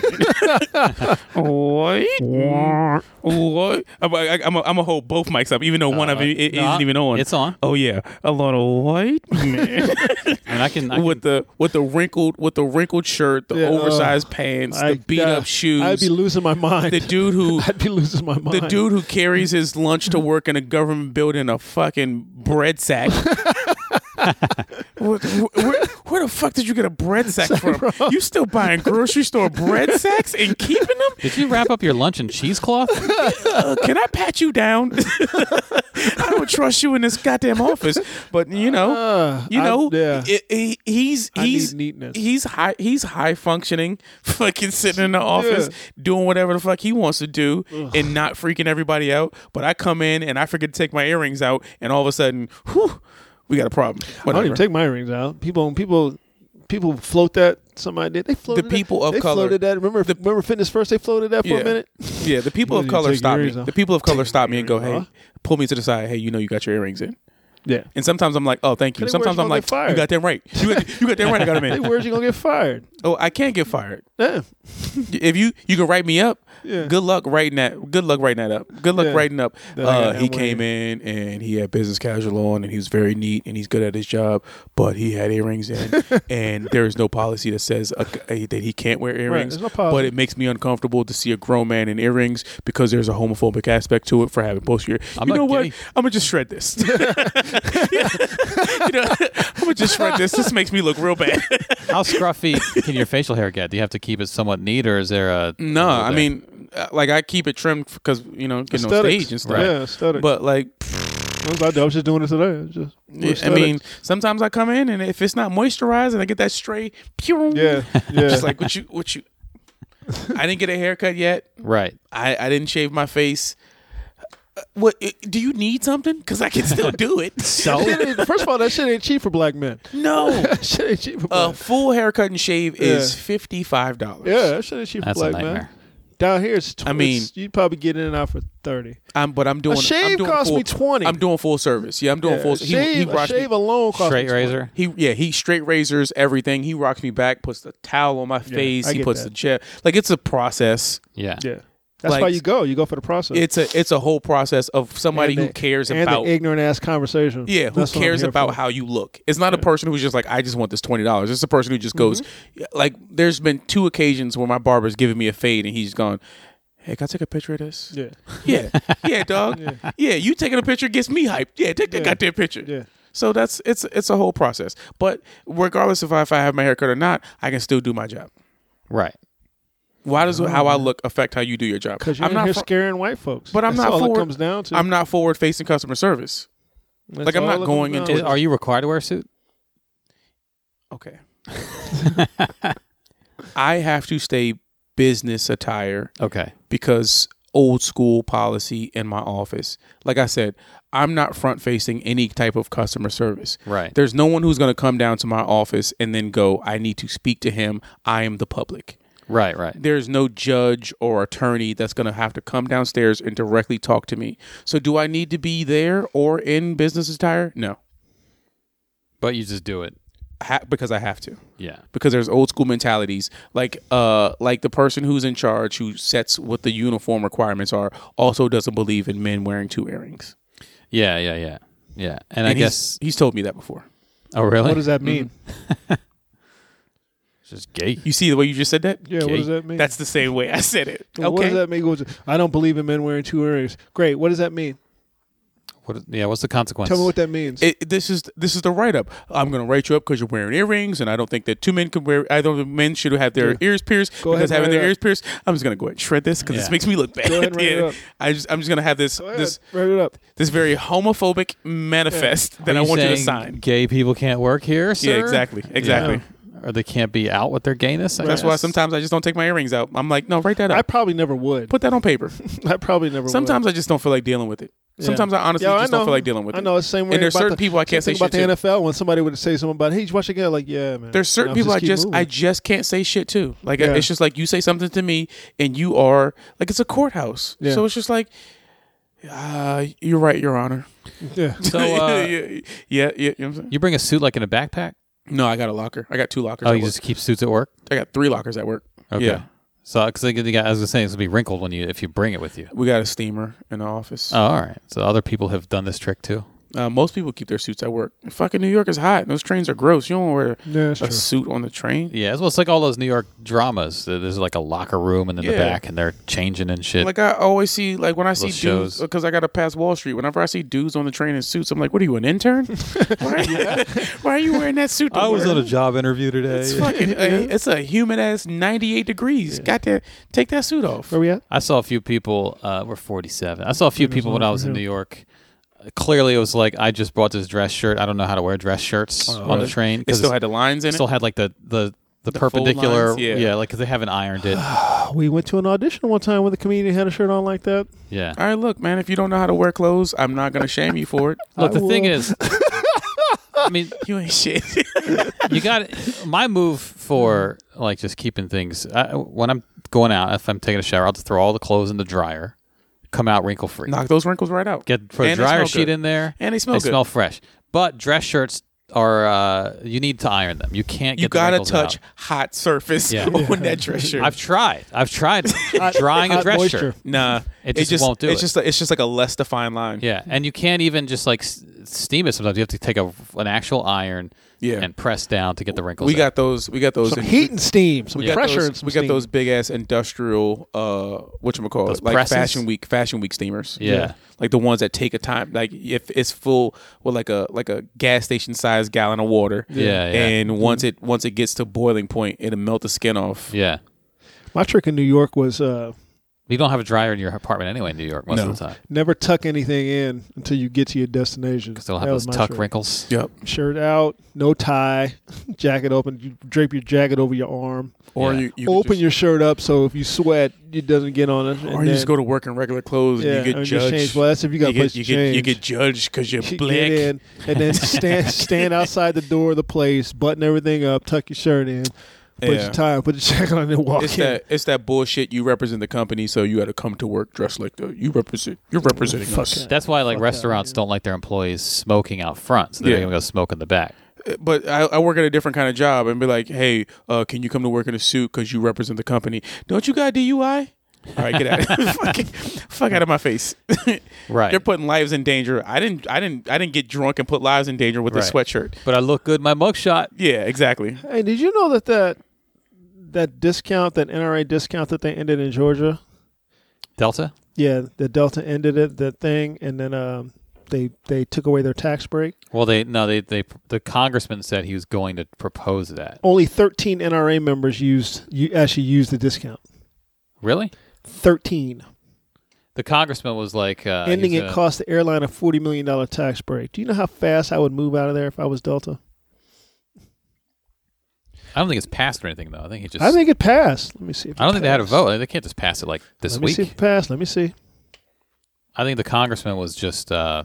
[SPEAKER 7] white, men. white. I'm, I, I'm, a, I'm a hold both mics up, even though one of
[SPEAKER 6] Uh,
[SPEAKER 7] them it,
[SPEAKER 6] no,
[SPEAKER 7] not even on.
[SPEAKER 6] It's on.
[SPEAKER 7] Oh yeah, a lot of white men
[SPEAKER 6] I mean, I can. I
[SPEAKER 7] with
[SPEAKER 6] can- oh,
[SPEAKER 7] the with the wrinkled with the wrinkled shirt, the
[SPEAKER 5] Yeah, uh,
[SPEAKER 7] oversized pants,
[SPEAKER 5] I-
[SPEAKER 7] the beat
[SPEAKER 5] uh,
[SPEAKER 7] up shoes.
[SPEAKER 5] I'd be losing my mind.
[SPEAKER 7] the dude who
[SPEAKER 5] I'd be losing my mind.
[SPEAKER 7] The dude who carries his lunch to work in a government building in a fucking bread sack. where, where- where the fuck did you get a bread sack from? You still buying grocery store bread sacks and keeping them?
[SPEAKER 6] did you wrap up your lunch in cheesecloth?
[SPEAKER 7] Uh, can I pat you down? I don't trust you in this goddamn office. But you know,
[SPEAKER 5] Uh,
[SPEAKER 7] you
[SPEAKER 5] I-
[SPEAKER 7] know,
[SPEAKER 5] yeah.
[SPEAKER 7] i- i- he's
[SPEAKER 5] I need
[SPEAKER 7] he's
[SPEAKER 5] neatness.
[SPEAKER 7] he's high he's high functioning, fucking sitting in the office doing whatever the fuck he wants to do and not freaking everybody out. But I come in and I forget to take my earrings out, and all of a sudden, whew, we got a problem.
[SPEAKER 5] I don't even
[SPEAKER 7] Whatever.
[SPEAKER 5] take my rings out. People, people, people float that. Somebody did. They floated that-
[SPEAKER 7] people of
[SPEAKER 5] they
[SPEAKER 7] color-
[SPEAKER 5] floated that. Remember, remember fitness first. They floated that for
[SPEAKER 7] Yeah.
[SPEAKER 5] a minute.
[SPEAKER 7] yeah, the people
[SPEAKER 5] You
[SPEAKER 7] of
[SPEAKER 5] need to
[SPEAKER 7] color
[SPEAKER 5] take your
[SPEAKER 7] stop me.
[SPEAKER 5] earrings out.
[SPEAKER 7] The people of color stop me and go,
[SPEAKER 5] earrings
[SPEAKER 7] hey,
[SPEAKER 5] out.
[SPEAKER 7] pull me to the side. Hey, you know you got your earrings in.
[SPEAKER 5] Yeah.
[SPEAKER 7] And sometimes I'm like, oh, thank you.
[SPEAKER 5] They
[SPEAKER 7] Sometimes
[SPEAKER 5] wear
[SPEAKER 7] I'm
[SPEAKER 5] it
[SPEAKER 7] like,
[SPEAKER 5] till they're
[SPEAKER 7] you got that right. You got, you got that right. I got them
[SPEAKER 5] Hey,
[SPEAKER 7] in.
[SPEAKER 5] where's you gonna get fired?
[SPEAKER 7] Oh, I can't get fired.
[SPEAKER 5] Yeah.
[SPEAKER 7] if you you can write me up,
[SPEAKER 5] Yeah.
[SPEAKER 7] good luck writing that. Good luck writing that up. Good luck
[SPEAKER 5] Yeah.
[SPEAKER 7] writing up.
[SPEAKER 5] That I
[SPEAKER 7] Uh,
[SPEAKER 5] got
[SPEAKER 7] he
[SPEAKER 5] that
[SPEAKER 7] came in and he had business casual on, and he was very neat and he's good at his job, but he had earrings in, and there is no policy that says a, a- that he can't wear earrings.
[SPEAKER 5] there's no policy.
[SPEAKER 7] But it makes me uncomfortable to see a grown man in earrings because there's a homophobic aspect to it for having both your.
[SPEAKER 6] I'm
[SPEAKER 7] you know
[SPEAKER 6] not
[SPEAKER 7] what?
[SPEAKER 6] gay.
[SPEAKER 7] I'm gonna just shred this. You know, I'm gonna just shred this. This makes me look real bad.
[SPEAKER 6] How scruffy can your facial hair get? Do you have to keep it somewhat neat, or is there a? is
[SPEAKER 7] No, I
[SPEAKER 6] there-
[SPEAKER 7] mean, uh, like I keep it trimmed because you know getting on
[SPEAKER 5] Aesthetics.
[SPEAKER 7] stage and stuff.
[SPEAKER 6] Right.
[SPEAKER 5] Yeah, aesthetic.
[SPEAKER 7] But like,
[SPEAKER 5] I was, I was just doing it today. It's Just,
[SPEAKER 7] I mean, sometimes I come in and if it's not moisturized and I get that stray, pew,
[SPEAKER 5] yeah, yeah.
[SPEAKER 7] just like what you what you. I didn't get a haircut yet.
[SPEAKER 6] right.
[SPEAKER 7] I I didn't shave my face. Uh, What i- do you need something? Because I can still do it.
[SPEAKER 5] That shit ain't- first of all, that shit ain't cheap for black men.
[SPEAKER 7] no,
[SPEAKER 5] oh. That shit ain't cheap for
[SPEAKER 7] a
[SPEAKER 5] black.
[SPEAKER 7] full haircut and shave is
[SPEAKER 5] Yeah.
[SPEAKER 7] fifty five dollars.
[SPEAKER 5] yeah, that shit ain't cheap for
[SPEAKER 6] That's a
[SPEAKER 5] black men.
[SPEAKER 6] nightmare.
[SPEAKER 5] Down here, it's. Tw-
[SPEAKER 7] I mean-
[SPEAKER 5] it's- you'd probably get in and out for thirty.
[SPEAKER 7] I'm but I'm doing. I'm
[SPEAKER 5] shave
[SPEAKER 7] doing
[SPEAKER 5] cost
[SPEAKER 7] full-
[SPEAKER 5] me 20.
[SPEAKER 7] I'm doing full service. Yeah, I'm doing
[SPEAKER 5] Yeah,
[SPEAKER 7] Oh, full.
[SPEAKER 5] a
[SPEAKER 7] he-
[SPEAKER 5] shave,
[SPEAKER 7] he
[SPEAKER 5] a
[SPEAKER 7] brushed me-
[SPEAKER 5] shave alone costs
[SPEAKER 6] Straight
[SPEAKER 5] me
[SPEAKER 6] razor.
[SPEAKER 7] He yeah, he straight razors everything. He rocks me back, puts the towel on my face,
[SPEAKER 5] I
[SPEAKER 7] he
[SPEAKER 5] get
[SPEAKER 7] puts
[SPEAKER 5] that.
[SPEAKER 7] the chair. Like it's a process.
[SPEAKER 6] Yeah.
[SPEAKER 5] 20. Yeah, that's
[SPEAKER 7] Like-
[SPEAKER 5] why you go. You go for the process.
[SPEAKER 7] It's a it's a whole process of somebody
[SPEAKER 5] And
[SPEAKER 7] who
[SPEAKER 5] the-
[SPEAKER 7] cares
[SPEAKER 5] and
[SPEAKER 7] about
[SPEAKER 5] the ignorant ass conversation.
[SPEAKER 7] yeah, who
[SPEAKER 5] That's what I'm
[SPEAKER 7] cares
[SPEAKER 5] here
[SPEAKER 7] about
[SPEAKER 5] for.
[SPEAKER 7] how you look. It's not a person who's just like I just want this twenty dollars. It's a person who just goes
[SPEAKER 5] Mm-hmm.
[SPEAKER 7] like there's been two occasions where my barber's giving me a fade and he's gone. Hey, can I take a picture of this?
[SPEAKER 5] Yeah,
[SPEAKER 7] Yeah, yeah, dog. Yeah. you taking a picture gets me hyped. Yeah, take that
[SPEAKER 5] Yeah.
[SPEAKER 7] goddamn picture.
[SPEAKER 5] yeah.
[SPEAKER 7] So that's it's it's a whole process. But regardless if I, if I have my hair cut or not, I can still do my job.
[SPEAKER 6] Right.
[SPEAKER 7] Why
[SPEAKER 5] Oh,
[SPEAKER 7] does how I look affect how you do your job?
[SPEAKER 5] Because you're
[SPEAKER 7] I'm
[SPEAKER 5] in
[SPEAKER 7] not
[SPEAKER 5] here
[SPEAKER 7] fr-
[SPEAKER 5] scaring white folks.
[SPEAKER 7] but I'm
[SPEAKER 5] That's
[SPEAKER 7] not
[SPEAKER 5] all
[SPEAKER 7] forward,
[SPEAKER 5] it comes down to.
[SPEAKER 7] I'm not forward facing customer service.
[SPEAKER 5] That's
[SPEAKER 7] like, I'm
[SPEAKER 5] all
[SPEAKER 7] not
[SPEAKER 5] it comes
[SPEAKER 7] going
[SPEAKER 5] down
[SPEAKER 7] into
[SPEAKER 5] to.
[SPEAKER 6] Is, are you required to wear a suit?
[SPEAKER 7] Okay. I have to stay business attire
[SPEAKER 6] Okay.
[SPEAKER 7] because old school policy in my office. Like I said, I'm not front facing any type of customer service.
[SPEAKER 6] Right.
[SPEAKER 7] There's no one who's going to come down to my office and then go, I need to speak to him. I am the public.
[SPEAKER 6] Right. Right.
[SPEAKER 7] There's no judge or attorney that's going to have to come downstairs and directly talk to me. So, do I need to be there or in business attire? No,
[SPEAKER 6] But you just do it.
[SPEAKER 7] ha- because I have to.
[SPEAKER 6] Yeah.
[SPEAKER 7] because there's old school mentalities like uh like the person who's in charge who sets what the uniform requirements are also doesn't believe in men wearing two earrings
[SPEAKER 6] Yeah. Yeah. Yeah. Yeah. And, I
[SPEAKER 7] And he's-
[SPEAKER 6] guess.
[SPEAKER 7] he's told me that before
[SPEAKER 6] Oh, really?
[SPEAKER 5] What does that mean?
[SPEAKER 6] Mm-hmm. It's just gay.
[SPEAKER 7] you see the way you just said that
[SPEAKER 5] Yeah, what does that mean?
[SPEAKER 7] that's the same way i said it
[SPEAKER 5] Well, What
[SPEAKER 7] okay
[SPEAKER 5] does that mean? Goes, I don't believe in men wearing two earrings. Great. What does that mean?
[SPEAKER 6] What is- yeah. What's the consequence?
[SPEAKER 5] Tell me what that means.
[SPEAKER 7] it, this is this is the write up. I'm gonna write you up because you're wearing earrings, and I don't think that two men can wear. I don't think men should have their ears pierced
[SPEAKER 5] Go ahead
[SPEAKER 7] because
[SPEAKER 5] and
[SPEAKER 7] having
[SPEAKER 5] write
[SPEAKER 7] their
[SPEAKER 5] it up.
[SPEAKER 7] ears pierced. I'm just gonna go ahead and shred this because this
[SPEAKER 6] Yeah.
[SPEAKER 7] makes me look bad.
[SPEAKER 5] ahead and write it
[SPEAKER 7] Yeah.
[SPEAKER 5] up.
[SPEAKER 7] I just, I'm just gonna have this this
[SPEAKER 5] Yeah, write it up.
[SPEAKER 7] this very homophobic manifest that
[SPEAKER 6] Are
[SPEAKER 7] I want you to
[SPEAKER 6] saying
[SPEAKER 7] sign.
[SPEAKER 6] Gay people can't work here. Sir?
[SPEAKER 7] Yeah, exactly, exactly.
[SPEAKER 6] Or they can't be out with their gayness. I
[SPEAKER 7] That's why
[SPEAKER 6] guess?
[SPEAKER 7] sometimes I just don't take my earrings out. I'm like, no, write that
[SPEAKER 5] I
[SPEAKER 7] up.
[SPEAKER 5] probably never would.
[SPEAKER 7] Put that on paper.
[SPEAKER 5] I probably never.
[SPEAKER 7] Sometimes I just don't feel like dealing with it. Sometimes I honestly
[SPEAKER 5] Yeah,
[SPEAKER 7] just
[SPEAKER 5] know.
[SPEAKER 7] don't feel like dealing with
[SPEAKER 5] I
[SPEAKER 7] it.
[SPEAKER 5] know it's the same way.
[SPEAKER 7] And there's
[SPEAKER 5] about
[SPEAKER 7] certain
[SPEAKER 5] the-
[SPEAKER 7] people I can't
[SPEAKER 5] same
[SPEAKER 7] say
[SPEAKER 5] thing
[SPEAKER 7] shit to.
[SPEAKER 5] about the NFL when somebody would say something about, "Hey, did you watch the game?" Like, yeah, man.
[SPEAKER 7] There's certain
[SPEAKER 5] And I'll
[SPEAKER 7] people I
[SPEAKER 5] keep
[SPEAKER 7] just I
[SPEAKER 5] moving.
[SPEAKER 7] just can't say shit to. Like
[SPEAKER 5] Yeah.
[SPEAKER 7] it's just like you say something to me and you are like it's a courthouse.
[SPEAKER 5] Yeah.
[SPEAKER 7] So it's just like uh, you're right, Your Honor.
[SPEAKER 5] yeah.
[SPEAKER 6] So uh,
[SPEAKER 7] yeah, yeah, yeah, you know what I'm saying?
[SPEAKER 6] you bring a suit like in a backpack.
[SPEAKER 7] No, I got a locker. I got two lockers.
[SPEAKER 6] Oh,
[SPEAKER 7] at
[SPEAKER 6] you
[SPEAKER 7] work.
[SPEAKER 6] just keep suits at work.
[SPEAKER 7] I got three lockers at work.
[SPEAKER 6] Okay.
[SPEAKER 7] Yeah.
[SPEAKER 6] So, because I was gonna say it's gonna be wrinkled when you if you bring it with you.
[SPEAKER 7] We got a steamer in the office.
[SPEAKER 6] Oh, all right. So other people have done this trick too.
[SPEAKER 7] Uh, most people keep their suits at work. Fucking New York is hot. Those trains are gross. You don't wear
[SPEAKER 5] Yeah,
[SPEAKER 7] a
[SPEAKER 5] that's true.
[SPEAKER 7] suit on the train.
[SPEAKER 6] Yeah, well, it's like all those New York dramas. There- There's like a locker room and then the
[SPEAKER 7] Yeah.
[SPEAKER 6] back, and they're changing and shit.
[SPEAKER 7] Like I always see, like when I see dudes,
[SPEAKER 6] shows.
[SPEAKER 7] because I gotta pass Wall Street. Whenever I see dudes on the train in suits, I'm like, "What are you, an intern? why, are you, why are you wearing that suit?" to work?
[SPEAKER 6] job interview
[SPEAKER 7] It's
[SPEAKER 6] today.
[SPEAKER 7] fucking. uh, it's a humid ass 98 degrees. Got to take that suit off.
[SPEAKER 5] Where we at?
[SPEAKER 6] I saw a few people. Uh, we're 47. I saw a few people when I was in New York. Uh, Clearly, it was like I just bought this dress shirt. I don't know how to wear dress shirts on the train.
[SPEAKER 7] It
[SPEAKER 6] 'cause
[SPEAKER 7] still had the lines in
[SPEAKER 6] it still
[SPEAKER 7] it.
[SPEAKER 6] had like the the the,
[SPEAKER 7] fold
[SPEAKER 6] perpendicular.
[SPEAKER 7] lines, yeah.
[SPEAKER 6] yeah, like because they haven't ironed it.
[SPEAKER 5] Oh, We went to an audition one time when the comedian had a shirt on like that.
[SPEAKER 6] Yeah.
[SPEAKER 7] All right, look, man. If you don't know how to wear clothes, I'm not gonna shame you for it.
[SPEAKER 6] Look, the thing
[SPEAKER 5] will.
[SPEAKER 6] is, I mean,
[SPEAKER 7] You ain't shit.
[SPEAKER 6] you got my move for like just keeping things. I, when I'm going out, if I'm taking a shower, I'll just throw all the clothes in the dryer, come out wrinkle free.
[SPEAKER 7] Knock those wrinkles right out.
[SPEAKER 6] Get put a
[SPEAKER 7] And they
[SPEAKER 6] dryer
[SPEAKER 7] smell
[SPEAKER 6] sheet
[SPEAKER 7] good.
[SPEAKER 6] in there,
[SPEAKER 7] And they smell
[SPEAKER 6] They
[SPEAKER 7] good.
[SPEAKER 6] smell fresh. But dress shirts are uh, you need to iron them. You can't. Get
[SPEAKER 7] You
[SPEAKER 6] the
[SPEAKER 7] gotta
[SPEAKER 6] wrinkles
[SPEAKER 7] touch
[SPEAKER 6] out.
[SPEAKER 7] hot surface
[SPEAKER 6] Yeah.
[SPEAKER 7] on that dress shirt.
[SPEAKER 6] I've tried. I've tried drying a
[SPEAKER 5] hot
[SPEAKER 6] dress
[SPEAKER 5] moisture.
[SPEAKER 6] shirt.
[SPEAKER 7] Nah,
[SPEAKER 6] It just won't do
[SPEAKER 7] it's
[SPEAKER 6] it.
[SPEAKER 7] Just like, it's just like a less defined line.
[SPEAKER 6] Yeah, and you can't even just like s- steam it. Sometimes you have to take a, an actual iron
[SPEAKER 7] Yeah.
[SPEAKER 6] and press down to get the wrinkles.
[SPEAKER 7] we
[SPEAKER 6] out.
[SPEAKER 7] got those. We got those.
[SPEAKER 5] Some
[SPEAKER 7] in-
[SPEAKER 5] heat and steam, some
[SPEAKER 7] We got
[SPEAKER 5] pressure,
[SPEAKER 7] those,
[SPEAKER 5] and some
[SPEAKER 7] we got
[SPEAKER 5] steam.
[SPEAKER 7] those big ass industrial, uh, what you call
[SPEAKER 6] Those
[SPEAKER 7] it, like
[SPEAKER 6] presses?
[SPEAKER 7] fashion week, fashion week steamers.
[SPEAKER 6] Yeah. Yeah.
[SPEAKER 7] like the ones that take a time, like if it's full with like a like a gas station sized gallon of water.
[SPEAKER 6] Yeah, yeah.
[SPEAKER 7] and once
[SPEAKER 5] Mm-hmm.
[SPEAKER 7] it once it gets to boiling point, it'll melt the skin off.
[SPEAKER 6] yeah.
[SPEAKER 5] My trick in New York was uh,
[SPEAKER 6] You don't have a dryer in your apartment anyway in New York most
[SPEAKER 7] No.
[SPEAKER 6] of the time.
[SPEAKER 5] never tuck anything in until you get to your destination.
[SPEAKER 6] Because they'll have
[SPEAKER 5] That
[SPEAKER 6] those
[SPEAKER 5] was my
[SPEAKER 6] tuck
[SPEAKER 5] trick.
[SPEAKER 6] wrinkles.
[SPEAKER 7] Yep.
[SPEAKER 5] Shirt out, no tie, jacket open. You drape your jacket over your arm.
[SPEAKER 7] Or
[SPEAKER 6] Yeah.
[SPEAKER 7] you, you
[SPEAKER 5] open
[SPEAKER 7] just,
[SPEAKER 5] your shirt up so if you sweat, it doesn't get on it.
[SPEAKER 7] or you just go to work in regular clothes
[SPEAKER 5] yeah,
[SPEAKER 7] and you get
[SPEAKER 5] and
[SPEAKER 7] judged.
[SPEAKER 5] change. Well, that's if you got
[SPEAKER 7] you
[SPEAKER 5] a place
[SPEAKER 7] get,
[SPEAKER 5] to
[SPEAKER 7] you, get, you
[SPEAKER 5] change.
[SPEAKER 7] get judged because you're
[SPEAKER 5] Get
[SPEAKER 7] black.
[SPEAKER 5] in and then stand stand outside the door of the place, button everything up, tuck your shirt in, put
[SPEAKER 7] Yeah.
[SPEAKER 5] your tie, on, put your jacket on, and walk
[SPEAKER 7] It's
[SPEAKER 5] in.
[SPEAKER 7] that it's that bullshit. You represent the company, so you got to come to work dressed like the you represent. You're representing us.
[SPEAKER 6] That's why like restaurants don't like their employees smoking out front, so they're
[SPEAKER 7] Yeah.
[SPEAKER 6] gonna go smoke in the back.
[SPEAKER 7] Uh, But I, I work at a different kind of job, and be like, hey, uh, can you come to work in a suit because you represent the company? Don't you got DUI? All right, get out, fuck, it. fuck out of my face.
[SPEAKER 6] Right.
[SPEAKER 7] They're putting lives in danger. I didn't, I didn't, I didn't get drunk and put lives in danger with a
[SPEAKER 6] Right.
[SPEAKER 7] sweatshirt.
[SPEAKER 6] But I look good in my mugshot.
[SPEAKER 7] Yeah, exactly.
[SPEAKER 5] Hey, did you know that that that discount, that NRA discount that they ended in Georgia?
[SPEAKER 6] Delta?
[SPEAKER 5] Yeah, the Delta ended it, that thing, and then um, they they took away their tax break.
[SPEAKER 6] Well, they no, they they the congressman said he was going to propose that.
[SPEAKER 5] Only 13 NRA members used you actually used the discount.
[SPEAKER 6] Really?
[SPEAKER 5] 13,
[SPEAKER 6] The congressman was like uh, he
[SPEAKER 5] ending
[SPEAKER 6] was
[SPEAKER 5] it
[SPEAKER 6] gonna-
[SPEAKER 5] cost the airline a 40 million dollar tax break. Do you know how fast I would move out of there if I was Delta?
[SPEAKER 6] I don't think it's passed or anything though. I think he just.
[SPEAKER 5] I think it passed. Let me see. If
[SPEAKER 6] I
[SPEAKER 5] it
[SPEAKER 6] don't think they had a
[SPEAKER 5] passed.
[SPEAKER 6] vote. They can't just pass it like this
[SPEAKER 5] Let me
[SPEAKER 6] week.
[SPEAKER 5] see if it passed. Let me see.
[SPEAKER 6] I think the congressman was just uh,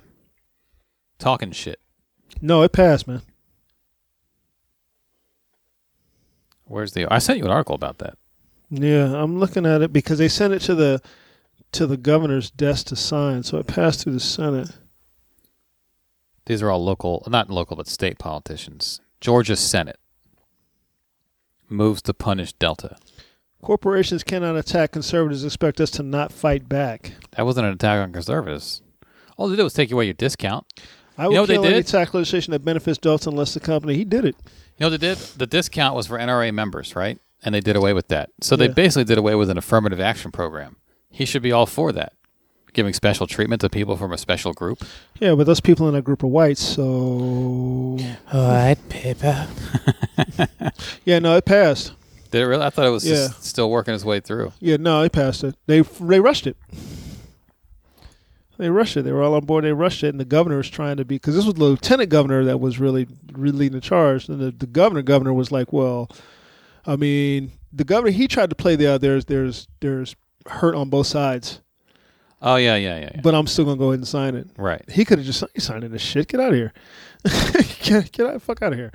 [SPEAKER 6] talking shit.
[SPEAKER 5] No, it passed, man.
[SPEAKER 6] Where's the? I sent you an article about that.
[SPEAKER 5] Yeah, I'm looking at it because they sent it to the to the governor's desk to sign, so it passed through the Senate.
[SPEAKER 6] These are all local, not local, but state politicians. Georgia Senate moves to punish Delta.
[SPEAKER 5] Corporations cannot attack conservatives. Expect us to not fight back.
[SPEAKER 6] That wasn't an attack on conservatives. All they did was take away your discount.
[SPEAKER 5] I
[SPEAKER 6] You
[SPEAKER 5] will
[SPEAKER 6] know what they
[SPEAKER 5] kill any
[SPEAKER 6] did?
[SPEAKER 5] tax legislation that benefits Delta unless the company. He did it.
[SPEAKER 6] You know what they did? The discount was for NRA members, right? And they did away with that. So they
[SPEAKER 5] Yeah.
[SPEAKER 6] basically did away with an affirmative action program. He should be all for that. Giving special treatment to people from a special group.
[SPEAKER 5] Yeah, but those people in that group are whites, so
[SPEAKER 6] All right, paper.
[SPEAKER 5] yeah, no, it passed.
[SPEAKER 6] Did it really? I thought it was
[SPEAKER 5] Yeah.
[SPEAKER 6] just still working its way through.
[SPEAKER 5] Yeah, no, it passed it. They they rushed it. They rushed it. They were all on board. They rushed it, and the governor was trying to be because this was the lieutenant governor that was really, really leading the charge. And the, the governor governor was like, well, I mean, the governor he tried to play the uh, there's there's there's hurt on both sides,
[SPEAKER 6] Oh yeah, yeah, yeah. yeah.
[SPEAKER 5] but I'm still gonna go ahead and sign it.
[SPEAKER 6] right.
[SPEAKER 5] He could have just signed, signing this shit. Get out of here. get, get out, fuck out of here.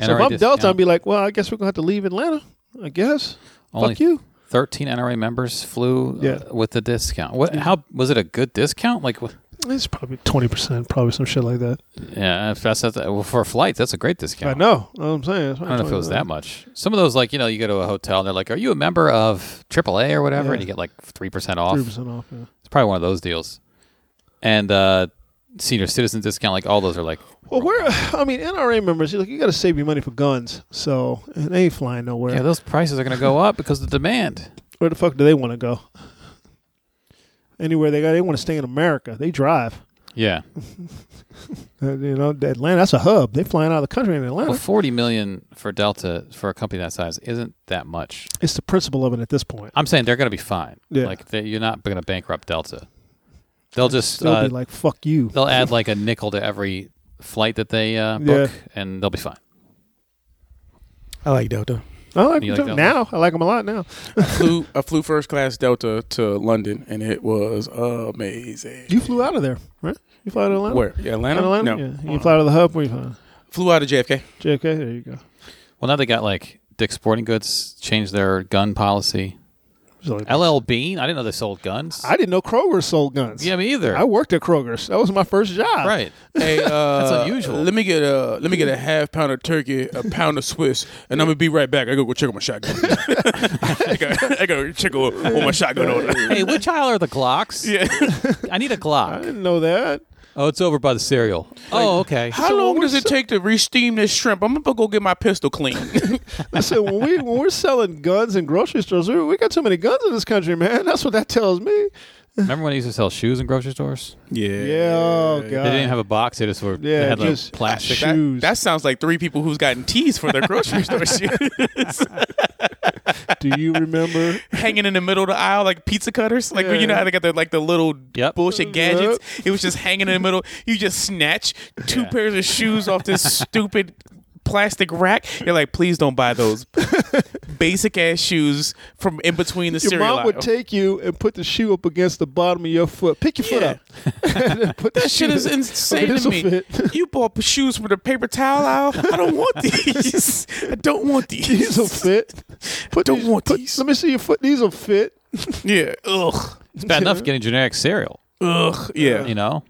[SPEAKER 5] so if
[SPEAKER 6] NRA
[SPEAKER 5] I'm Delta, I'd
[SPEAKER 6] discount.
[SPEAKER 5] be like, well, I guess we're gonna have to leave Atlanta. I guess.
[SPEAKER 6] Only
[SPEAKER 5] fuck you.
[SPEAKER 6] 13 NRA members flew uh,
[SPEAKER 5] Yeah.
[SPEAKER 6] with the discount. What? How was it a good discount? Like, wh-
[SPEAKER 5] It's probably twenty percent, probably some shit like that.
[SPEAKER 6] yeah, if that's, that's well, for flights, that's a great discount.
[SPEAKER 5] I know. That's what I'm saying. That's
[SPEAKER 6] I
[SPEAKER 5] what
[SPEAKER 6] don't
[SPEAKER 5] I'm
[SPEAKER 6] know if it was
[SPEAKER 5] talking
[SPEAKER 6] that much. Some of those, like you know, you go to a hotel and they're like, "Are you a member of AAA or whatever?"
[SPEAKER 5] Yeah.
[SPEAKER 6] And you get like three percent off.
[SPEAKER 5] about. 3% off. Yeah.
[SPEAKER 6] It's probably one of those deals. And uh, senior citizen discount, like all those are like,
[SPEAKER 5] Well, where I mean, NRA members, you like you got to save your money for guns, so and they ain't flying nowhere.
[SPEAKER 6] yeah, those prices are going to go up because of the demand.
[SPEAKER 5] Where the fuck do they want to go? Anywhere they got, they want to stay in America. They drive.
[SPEAKER 6] Yeah,
[SPEAKER 5] Uh, you know, Atlanta. That's a hub. They flying out of the country in Atlanta.
[SPEAKER 6] well, forty million for Delta for a company that size isn't that much.
[SPEAKER 5] It's the principle of it at this point.
[SPEAKER 6] I'm saying they're going to be fine.
[SPEAKER 5] Yeah.
[SPEAKER 6] Like they, you're not going to bankrupt Delta. They'll just
[SPEAKER 5] They'll
[SPEAKER 6] uh,
[SPEAKER 5] be like, "Fuck you."
[SPEAKER 6] they'll add like a nickel to every flight that they uh,
[SPEAKER 5] Yeah.
[SPEAKER 6] book, and they'll be fine.
[SPEAKER 4] I like Delta.
[SPEAKER 5] Oh, I like,
[SPEAKER 6] You like
[SPEAKER 5] them
[SPEAKER 6] that
[SPEAKER 5] now. I like them a lot now.
[SPEAKER 7] flew I flew first class Delta to London and it was amazing.
[SPEAKER 5] You flew out of there, right? You flew out of Atlanta.
[SPEAKER 7] Where? Yeah, Atlanta?
[SPEAKER 5] Out of
[SPEAKER 7] No.
[SPEAKER 5] Atlanta? Yeah. You flew out of the hub. Where you flying?
[SPEAKER 7] Flew out of JFK.
[SPEAKER 5] JFK. There you go.
[SPEAKER 6] Well, now they got like Dick's Sporting Goods changed their gun policy.
[SPEAKER 5] So, like,
[SPEAKER 6] LL Bean, I didn't know they sold guns.
[SPEAKER 5] I didn't know Kroger sold guns.
[SPEAKER 6] yeah, me either.
[SPEAKER 5] I worked at Kroger's. That was my first job.
[SPEAKER 6] right.
[SPEAKER 7] Hey, uh, that's
[SPEAKER 6] unusual.
[SPEAKER 7] Let me get a let me get a half pound of turkey, a pound of Swiss, and I'm gonna be right back. I gotta go check on my shotgun. I gotta I gotta check on, on my shotgun order.
[SPEAKER 6] hey, which aisle are the Glocks?
[SPEAKER 7] Yeah.
[SPEAKER 6] I need a
[SPEAKER 5] I
[SPEAKER 6] Glock.
[SPEAKER 5] didn't know that.
[SPEAKER 6] Oh, it's over by the cereal. oh, okay.
[SPEAKER 7] How
[SPEAKER 5] So
[SPEAKER 7] long
[SPEAKER 5] we're
[SPEAKER 7] does it
[SPEAKER 5] so-
[SPEAKER 7] take to re-steam this shrimp? I'm gonna go get my pistol clean.
[SPEAKER 5] Listen, when we when we're selling guns in grocery stores, we, we got too many guns in this country, man. That's what that tells me.
[SPEAKER 6] Remember when they used to sell shoes in grocery stores?
[SPEAKER 5] Yeah. Oh god.
[SPEAKER 6] They didn't have a box. They just were they
[SPEAKER 5] Yeah,
[SPEAKER 6] had like
[SPEAKER 5] just-
[SPEAKER 6] plastic.
[SPEAKER 5] That- Shoes.
[SPEAKER 7] That sounds like three people who's gotten teased for their grocery store shoes.
[SPEAKER 5] Do you remember?
[SPEAKER 7] hanging in the middle of the aisle like pizza cutters. Like you know how they got the like the little
[SPEAKER 6] Yep.
[SPEAKER 7] bullshit gadgets. It was just hanging in the middle. You just snatch two
[SPEAKER 6] Yeah.
[SPEAKER 7] pairs of shoes off this stupid plastic rack. You're like, please don't buy those basic ass shoes from in between the
[SPEAKER 5] Your
[SPEAKER 7] cereal
[SPEAKER 5] mom would
[SPEAKER 7] aisle.
[SPEAKER 5] take you and put the shoe up against the bottom of your foot. Pick your
[SPEAKER 7] Yeah.
[SPEAKER 5] foot up. and then put
[SPEAKER 7] that shit is insane to
[SPEAKER 5] This'll
[SPEAKER 7] me.
[SPEAKER 5] fit.
[SPEAKER 7] You bought shoes for the paper towel aisle. I don't want these. I don't want these.
[SPEAKER 5] These will fit. Put
[SPEAKER 7] Don't
[SPEAKER 5] these,
[SPEAKER 7] want
[SPEAKER 5] put-
[SPEAKER 7] these.
[SPEAKER 5] Let me see your foot. These will fit.
[SPEAKER 7] Yeah. Ugh.
[SPEAKER 6] It's bad enough getting generic cereal.
[SPEAKER 7] Ugh. Yeah.
[SPEAKER 6] You know.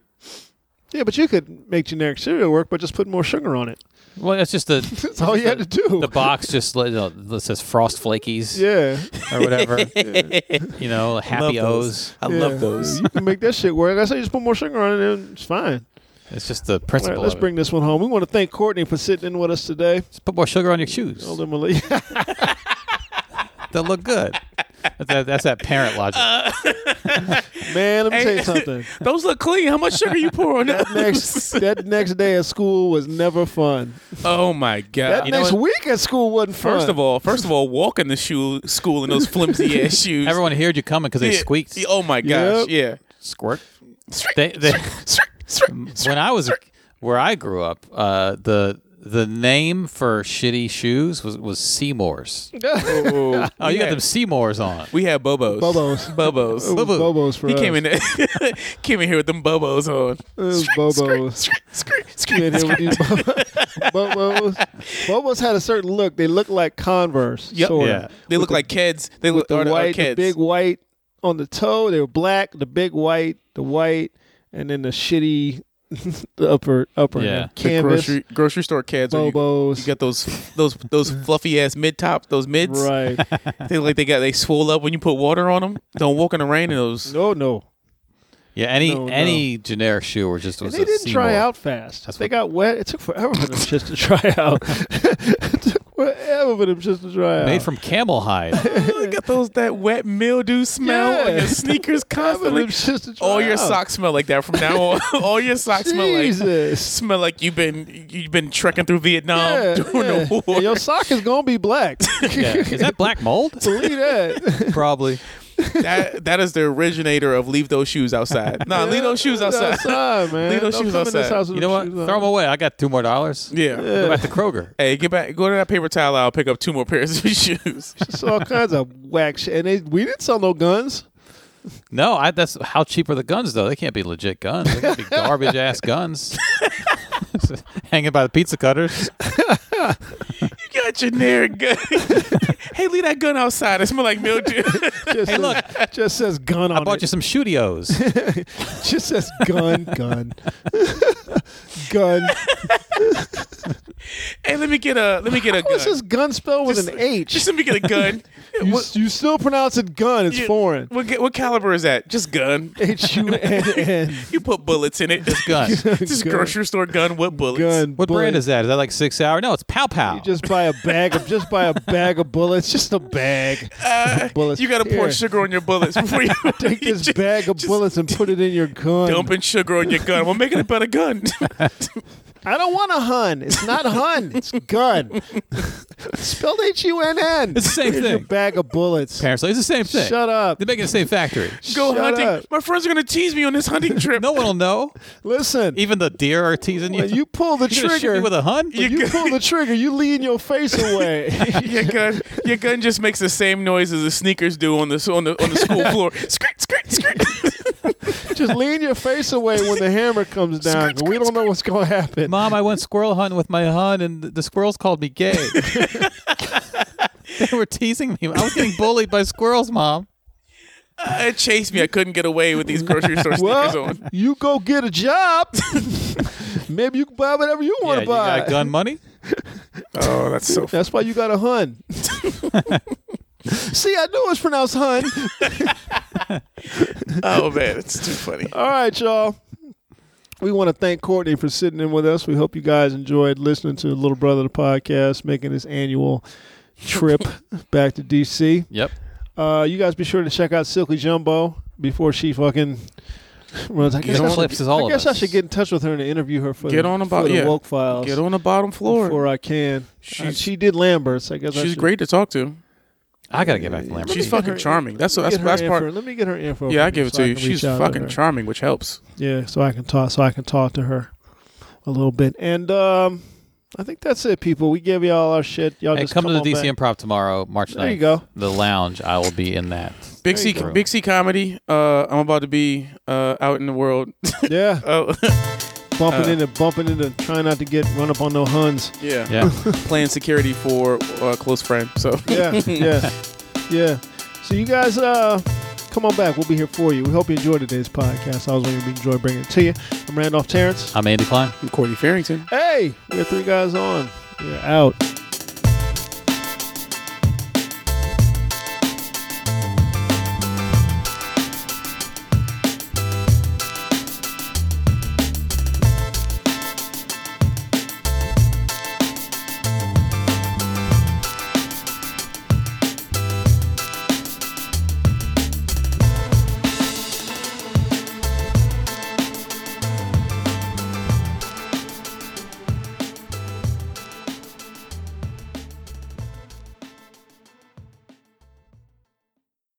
[SPEAKER 5] Yeah, but you could make generic cereal work, but just put more sugar on it.
[SPEAKER 6] Well, that's just the
[SPEAKER 5] That's all you had to do.
[SPEAKER 6] the box just you know, that says Frost Flakies
[SPEAKER 5] yeah,
[SPEAKER 6] or whatever. You know, Happy
[SPEAKER 4] those.
[SPEAKER 6] O's.
[SPEAKER 4] I
[SPEAKER 5] yeah.
[SPEAKER 4] love those.
[SPEAKER 5] You can make that shit work. I say just put more sugar on it, and it's fine.
[SPEAKER 6] It's just the
[SPEAKER 5] All right,
[SPEAKER 6] principle.
[SPEAKER 5] let's
[SPEAKER 6] of it.
[SPEAKER 5] bring this one home. We want to thank Courtney for sitting in with us today.
[SPEAKER 6] Just put more sugar on your shoes.
[SPEAKER 5] Elder Malia.
[SPEAKER 6] They'll look good. That's that, that's that parent logic.
[SPEAKER 5] Man, let me tell you something.
[SPEAKER 7] Those look clean. How much sugar you pour on that?
[SPEAKER 5] Next, that next day at school was never fun.
[SPEAKER 7] Oh my
[SPEAKER 5] That
[SPEAKER 7] god!
[SPEAKER 5] next week at school wasn't fun.
[SPEAKER 7] First of all, first of all, walking the shoe school in those flimsy ass shoes.
[SPEAKER 6] Everyone heard you coming because they
[SPEAKER 7] Yeah.
[SPEAKER 6] squeaked.
[SPEAKER 7] Yeah, Oh my gosh!
[SPEAKER 6] Squirt.
[SPEAKER 7] Yeah.
[SPEAKER 6] They, they,
[SPEAKER 7] Squirt.
[SPEAKER 6] when I was where I grew up, uh, the the name for shitty shoes was was Seymour's.
[SPEAKER 7] Oh,
[SPEAKER 6] Oh, you
[SPEAKER 7] yeah.
[SPEAKER 6] got them Seymour's on.
[SPEAKER 7] We had Bobos.
[SPEAKER 5] Bobos.
[SPEAKER 7] Bobos.
[SPEAKER 5] It was
[SPEAKER 6] Boo-boo.
[SPEAKER 5] Bobos for
[SPEAKER 7] He
[SPEAKER 5] us.
[SPEAKER 7] came in. came in here with them Bobos on.
[SPEAKER 5] It was Bobos. Came in here with these Bob- Bobos. Bobos had a certain look. They looked like Converse.
[SPEAKER 7] Yep.
[SPEAKER 5] sorta.
[SPEAKER 6] Yeah.
[SPEAKER 7] They look like kids. They look
[SPEAKER 5] The
[SPEAKER 7] or- or
[SPEAKER 5] white, the
[SPEAKER 7] kids.
[SPEAKER 5] big white on the toe. They were black. The big white, the white, and then the shitty, the upper upper
[SPEAKER 6] Yeah.
[SPEAKER 5] end.
[SPEAKER 7] The
[SPEAKER 5] canvas
[SPEAKER 7] grocery grocery store kids. where you-
[SPEAKER 5] Bobos.
[SPEAKER 7] You got those those those fluffy ass mid tops, those mids.
[SPEAKER 5] right.
[SPEAKER 7] They look like they got they swole up when you put water on them. Don't walk in the rain in those.
[SPEAKER 5] no, no.
[SPEAKER 6] Yeah, any
[SPEAKER 5] No, no.
[SPEAKER 6] any generic shoe or just was
[SPEAKER 5] they
[SPEAKER 6] a
[SPEAKER 5] didn't try
[SPEAKER 6] Seymour.
[SPEAKER 5] out fast.
[SPEAKER 6] That's
[SPEAKER 5] they
[SPEAKER 6] what-
[SPEAKER 5] got wet. It took forever for them shits to dry out. it took forever for them shits to dry
[SPEAKER 6] Made
[SPEAKER 5] out.
[SPEAKER 6] from camel hide.
[SPEAKER 7] You got those that wet mildew smell on
[SPEAKER 5] Yeah.
[SPEAKER 7] your sneakers
[SPEAKER 5] Forever for
[SPEAKER 7] constantly.
[SPEAKER 5] them shits to dry
[SPEAKER 7] All your
[SPEAKER 5] out.
[SPEAKER 7] socks smell like that from now on. All your socks smell like
[SPEAKER 5] Jesus.
[SPEAKER 7] smell like you've been you've been trekking through Vietnam
[SPEAKER 5] Yeah,
[SPEAKER 7] during
[SPEAKER 5] yeah.
[SPEAKER 7] the war.
[SPEAKER 5] And your sock is gonna be black.
[SPEAKER 6] Yeah. Is that black mold?
[SPEAKER 5] Believe that.
[SPEAKER 6] Probably.
[SPEAKER 7] that that is the originator of leave those shoes outside. No, leave those shoes outside.
[SPEAKER 5] outside man.
[SPEAKER 7] Leave those
[SPEAKER 5] Don't
[SPEAKER 7] shoes
[SPEAKER 5] come in this
[SPEAKER 7] outside.
[SPEAKER 5] house with
[SPEAKER 6] You know what?
[SPEAKER 5] shoes
[SPEAKER 6] Throw
[SPEAKER 5] on.
[SPEAKER 6] them away. I got two more dollars.
[SPEAKER 7] Yeah.
[SPEAKER 6] Go back to Kroger.
[SPEAKER 7] Hey, get back. Go to that paper towel aisle. Pick up two more pairs of shoes.
[SPEAKER 5] It's all kinds of whack shit. And they, we didn't sell no guns.
[SPEAKER 6] No, I, that's how cheap are the guns though? They can't be legit guns. They can't be garbage ass guns. Hanging by the pizza cutters.
[SPEAKER 7] you got generic gun. hey, leave that gun outside. It smell like mildew.
[SPEAKER 5] Just hey, says,
[SPEAKER 6] look.
[SPEAKER 5] just says gun on
[SPEAKER 6] I bought
[SPEAKER 5] it.
[SPEAKER 6] you some shootios.
[SPEAKER 5] Just says gun, gun, gun.
[SPEAKER 7] hey, let me get a let me get a gun.
[SPEAKER 5] What's this gun spelled with
[SPEAKER 7] Just-
[SPEAKER 5] an H?
[SPEAKER 7] Just let me get a gun.
[SPEAKER 5] You,
[SPEAKER 7] what,
[SPEAKER 5] you still pronounce it gun. It's
[SPEAKER 7] you-
[SPEAKER 5] foreign.
[SPEAKER 7] What, ca- what caliber is that? Just gun.
[SPEAKER 5] H U N N.
[SPEAKER 7] You put bullets in it. Just
[SPEAKER 6] Gun.
[SPEAKER 7] Just grocery store gun with bullets.
[SPEAKER 5] Gun.
[SPEAKER 6] What brand is that? Is that like six hour? No, it's Pow Pow.
[SPEAKER 5] You just buy a bag of just buy a bag of bullets, just a bag of bullets.
[SPEAKER 7] Uh, You got to pour
[SPEAKER 5] Here,
[SPEAKER 7] sugar on your bullets before you
[SPEAKER 5] Take
[SPEAKER 7] you
[SPEAKER 5] this
[SPEAKER 7] ju-
[SPEAKER 5] bag of
[SPEAKER 7] just
[SPEAKER 5] bullets and put it in your gun.
[SPEAKER 7] Dumping sugar on your gun. We're making a better gun.
[SPEAKER 5] I don't want a hun. It's not hun. It's gun. Spelled H U N N.
[SPEAKER 6] it's the same
[SPEAKER 5] Your
[SPEAKER 6] thing.
[SPEAKER 5] bag of bullets.
[SPEAKER 6] Apparently, it's the same thing.
[SPEAKER 5] Shut up.
[SPEAKER 6] They make it the same factory.
[SPEAKER 7] Go
[SPEAKER 5] Shut
[SPEAKER 7] hunting.
[SPEAKER 5] up.
[SPEAKER 7] My friends are gonna tease me on this hunting trip.
[SPEAKER 6] No one will know.
[SPEAKER 5] Listen.
[SPEAKER 6] Even the deer are teasing you.
[SPEAKER 5] When you pull the
[SPEAKER 6] You gonna shoot
[SPEAKER 5] trigger
[SPEAKER 6] me with a hun?
[SPEAKER 5] when
[SPEAKER 7] You
[SPEAKER 5] you
[SPEAKER 7] go-
[SPEAKER 5] pull the trigger, you lean your face away.
[SPEAKER 7] your gun, your gun just makes the same noise as the sneakers do on the on the on the school floor. Skirt, skirt, skirt.
[SPEAKER 5] Just lean your face away when the hammer comes down. 'cause we don't know what's gonna happen.
[SPEAKER 6] Mom, I went squirrel hunting with my hun, and th- the squirrels called me gay. they were teasing me. I was getting bullied by squirrels, Mom.
[SPEAKER 7] Uh, it chased me. I couldn't get away with these grocery store sneakers
[SPEAKER 5] Well,
[SPEAKER 7] on.
[SPEAKER 5] you go get a job. Maybe you can buy whatever you
[SPEAKER 6] Yeah,
[SPEAKER 5] want
[SPEAKER 6] you
[SPEAKER 5] to buy.
[SPEAKER 6] got gun money?
[SPEAKER 7] Oh, that's so.
[SPEAKER 5] That's why you got a hun. See, I knew it's pronounced hun.
[SPEAKER 7] Oh man, it's too funny.
[SPEAKER 5] All right, y'all. We want to thank Courtney for sitting in with us. We hope you guys enjoyed listening to Little Brother the podcast, making this annual trip back to DC.
[SPEAKER 6] Yep.
[SPEAKER 5] Uh, you guys be sure to check out Silky Jumbo before she fucking runs. I guess, I, should,
[SPEAKER 6] eclipses all
[SPEAKER 5] I,
[SPEAKER 6] of
[SPEAKER 5] guess I
[SPEAKER 6] us.
[SPEAKER 5] should get in touch with her and interview her for
[SPEAKER 7] Get
[SPEAKER 5] the,
[SPEAKER 7] on about-
[SPEAKER 5] for the
[SPEAKER 7] yeah.
[SPEAKER 5] woke files
[SPEAKER 7] Get on the bottom floor.
[SPEAKER 5] before I can. Uh,
[SPEAKER 7] She's-
[SPEAKER 5] she did Lambert's. I guess I
[SPEAKER 7] She's
[SPEAKER 5] should
[SPEAKER 7] great to talk to.
[SPEAKER 6] I gotta get back to Lambert.
[SPEAKER 7] She's
[SPEAKER 5] get
[SPEAKER 7] fucking
[SPEAKER 5] her-
[SPEAKER 7] charming. That's
[SPEAKER 5] Let me
[SPEAKER 7] that's
[SPEAKER 5] get her
[SPEAKER 7] that's
[SPEAKER 5] info-
[SPEAKER 7] part.
[SPEAKER 5] Let me get her info.
[SPEAKER 7] Yeah, I
[SPEAKER 5] from
[SPEAKER 7] give it
[SPEAKER 5] so
[SPEAKER 7] to you.
[SPEAKER 5] can reach
[SPEAKER 7] She's
[SPEAKER 5] out to
[SPEAKER 7] fucking
[SPEAKER 5] her.
[SPEAKER 7] charming, which helps.
[SPEAKER 5] Yeah, so I can talk. So I can talk to her a little bit. And um, I think that's it, people. We give y'all our shit. Y'all
[SPEAKER 6] Hey,
[SPEAKER 5] just
[SPEAKER 6] come, to
[SPEAKER 5] on
[SPEAKER 6] the DC
[SPEAKER 5] back.
[SPEAKER 6] Improv tomorrow, March 9th.
[SPEAKER 5] There you go.
[SPEAKER 6] The lounge. I will be in that.
[SPEAKER 7] Big C,
[SPEAKER 6] There you go.
[SPEAKER 7] Big C comedy. Uh, I'm about to be uh, out in the world.
[SPEAKER 5] Yeah,
[SPEAKER 7] oh,
[SPEAKER 5] bumping
[SPEAKER 7] uh,
[SPEAKER 5] into, bumping into, trying not to get run up on no Huns.
[SPEAKER 7] yeah.
[SPEAKER 6] Yeah.
[SPEAKER 7] Playing security for a close friend. So
[SPEAKER 5] yeah, yeah, yeah. So you guys, uh, come on back. We'll be here for you. We hope you enjoyed today's podcast. I was wondering if we enjoyed bringing it to you. I'm Randolph Terrence.
[SPEAKER 6] I'm Andy Klein.
[SPEAKER 7] I'm Courtney Farrington.
[SPEAKER 5] Hey, we got three guys on. We're out.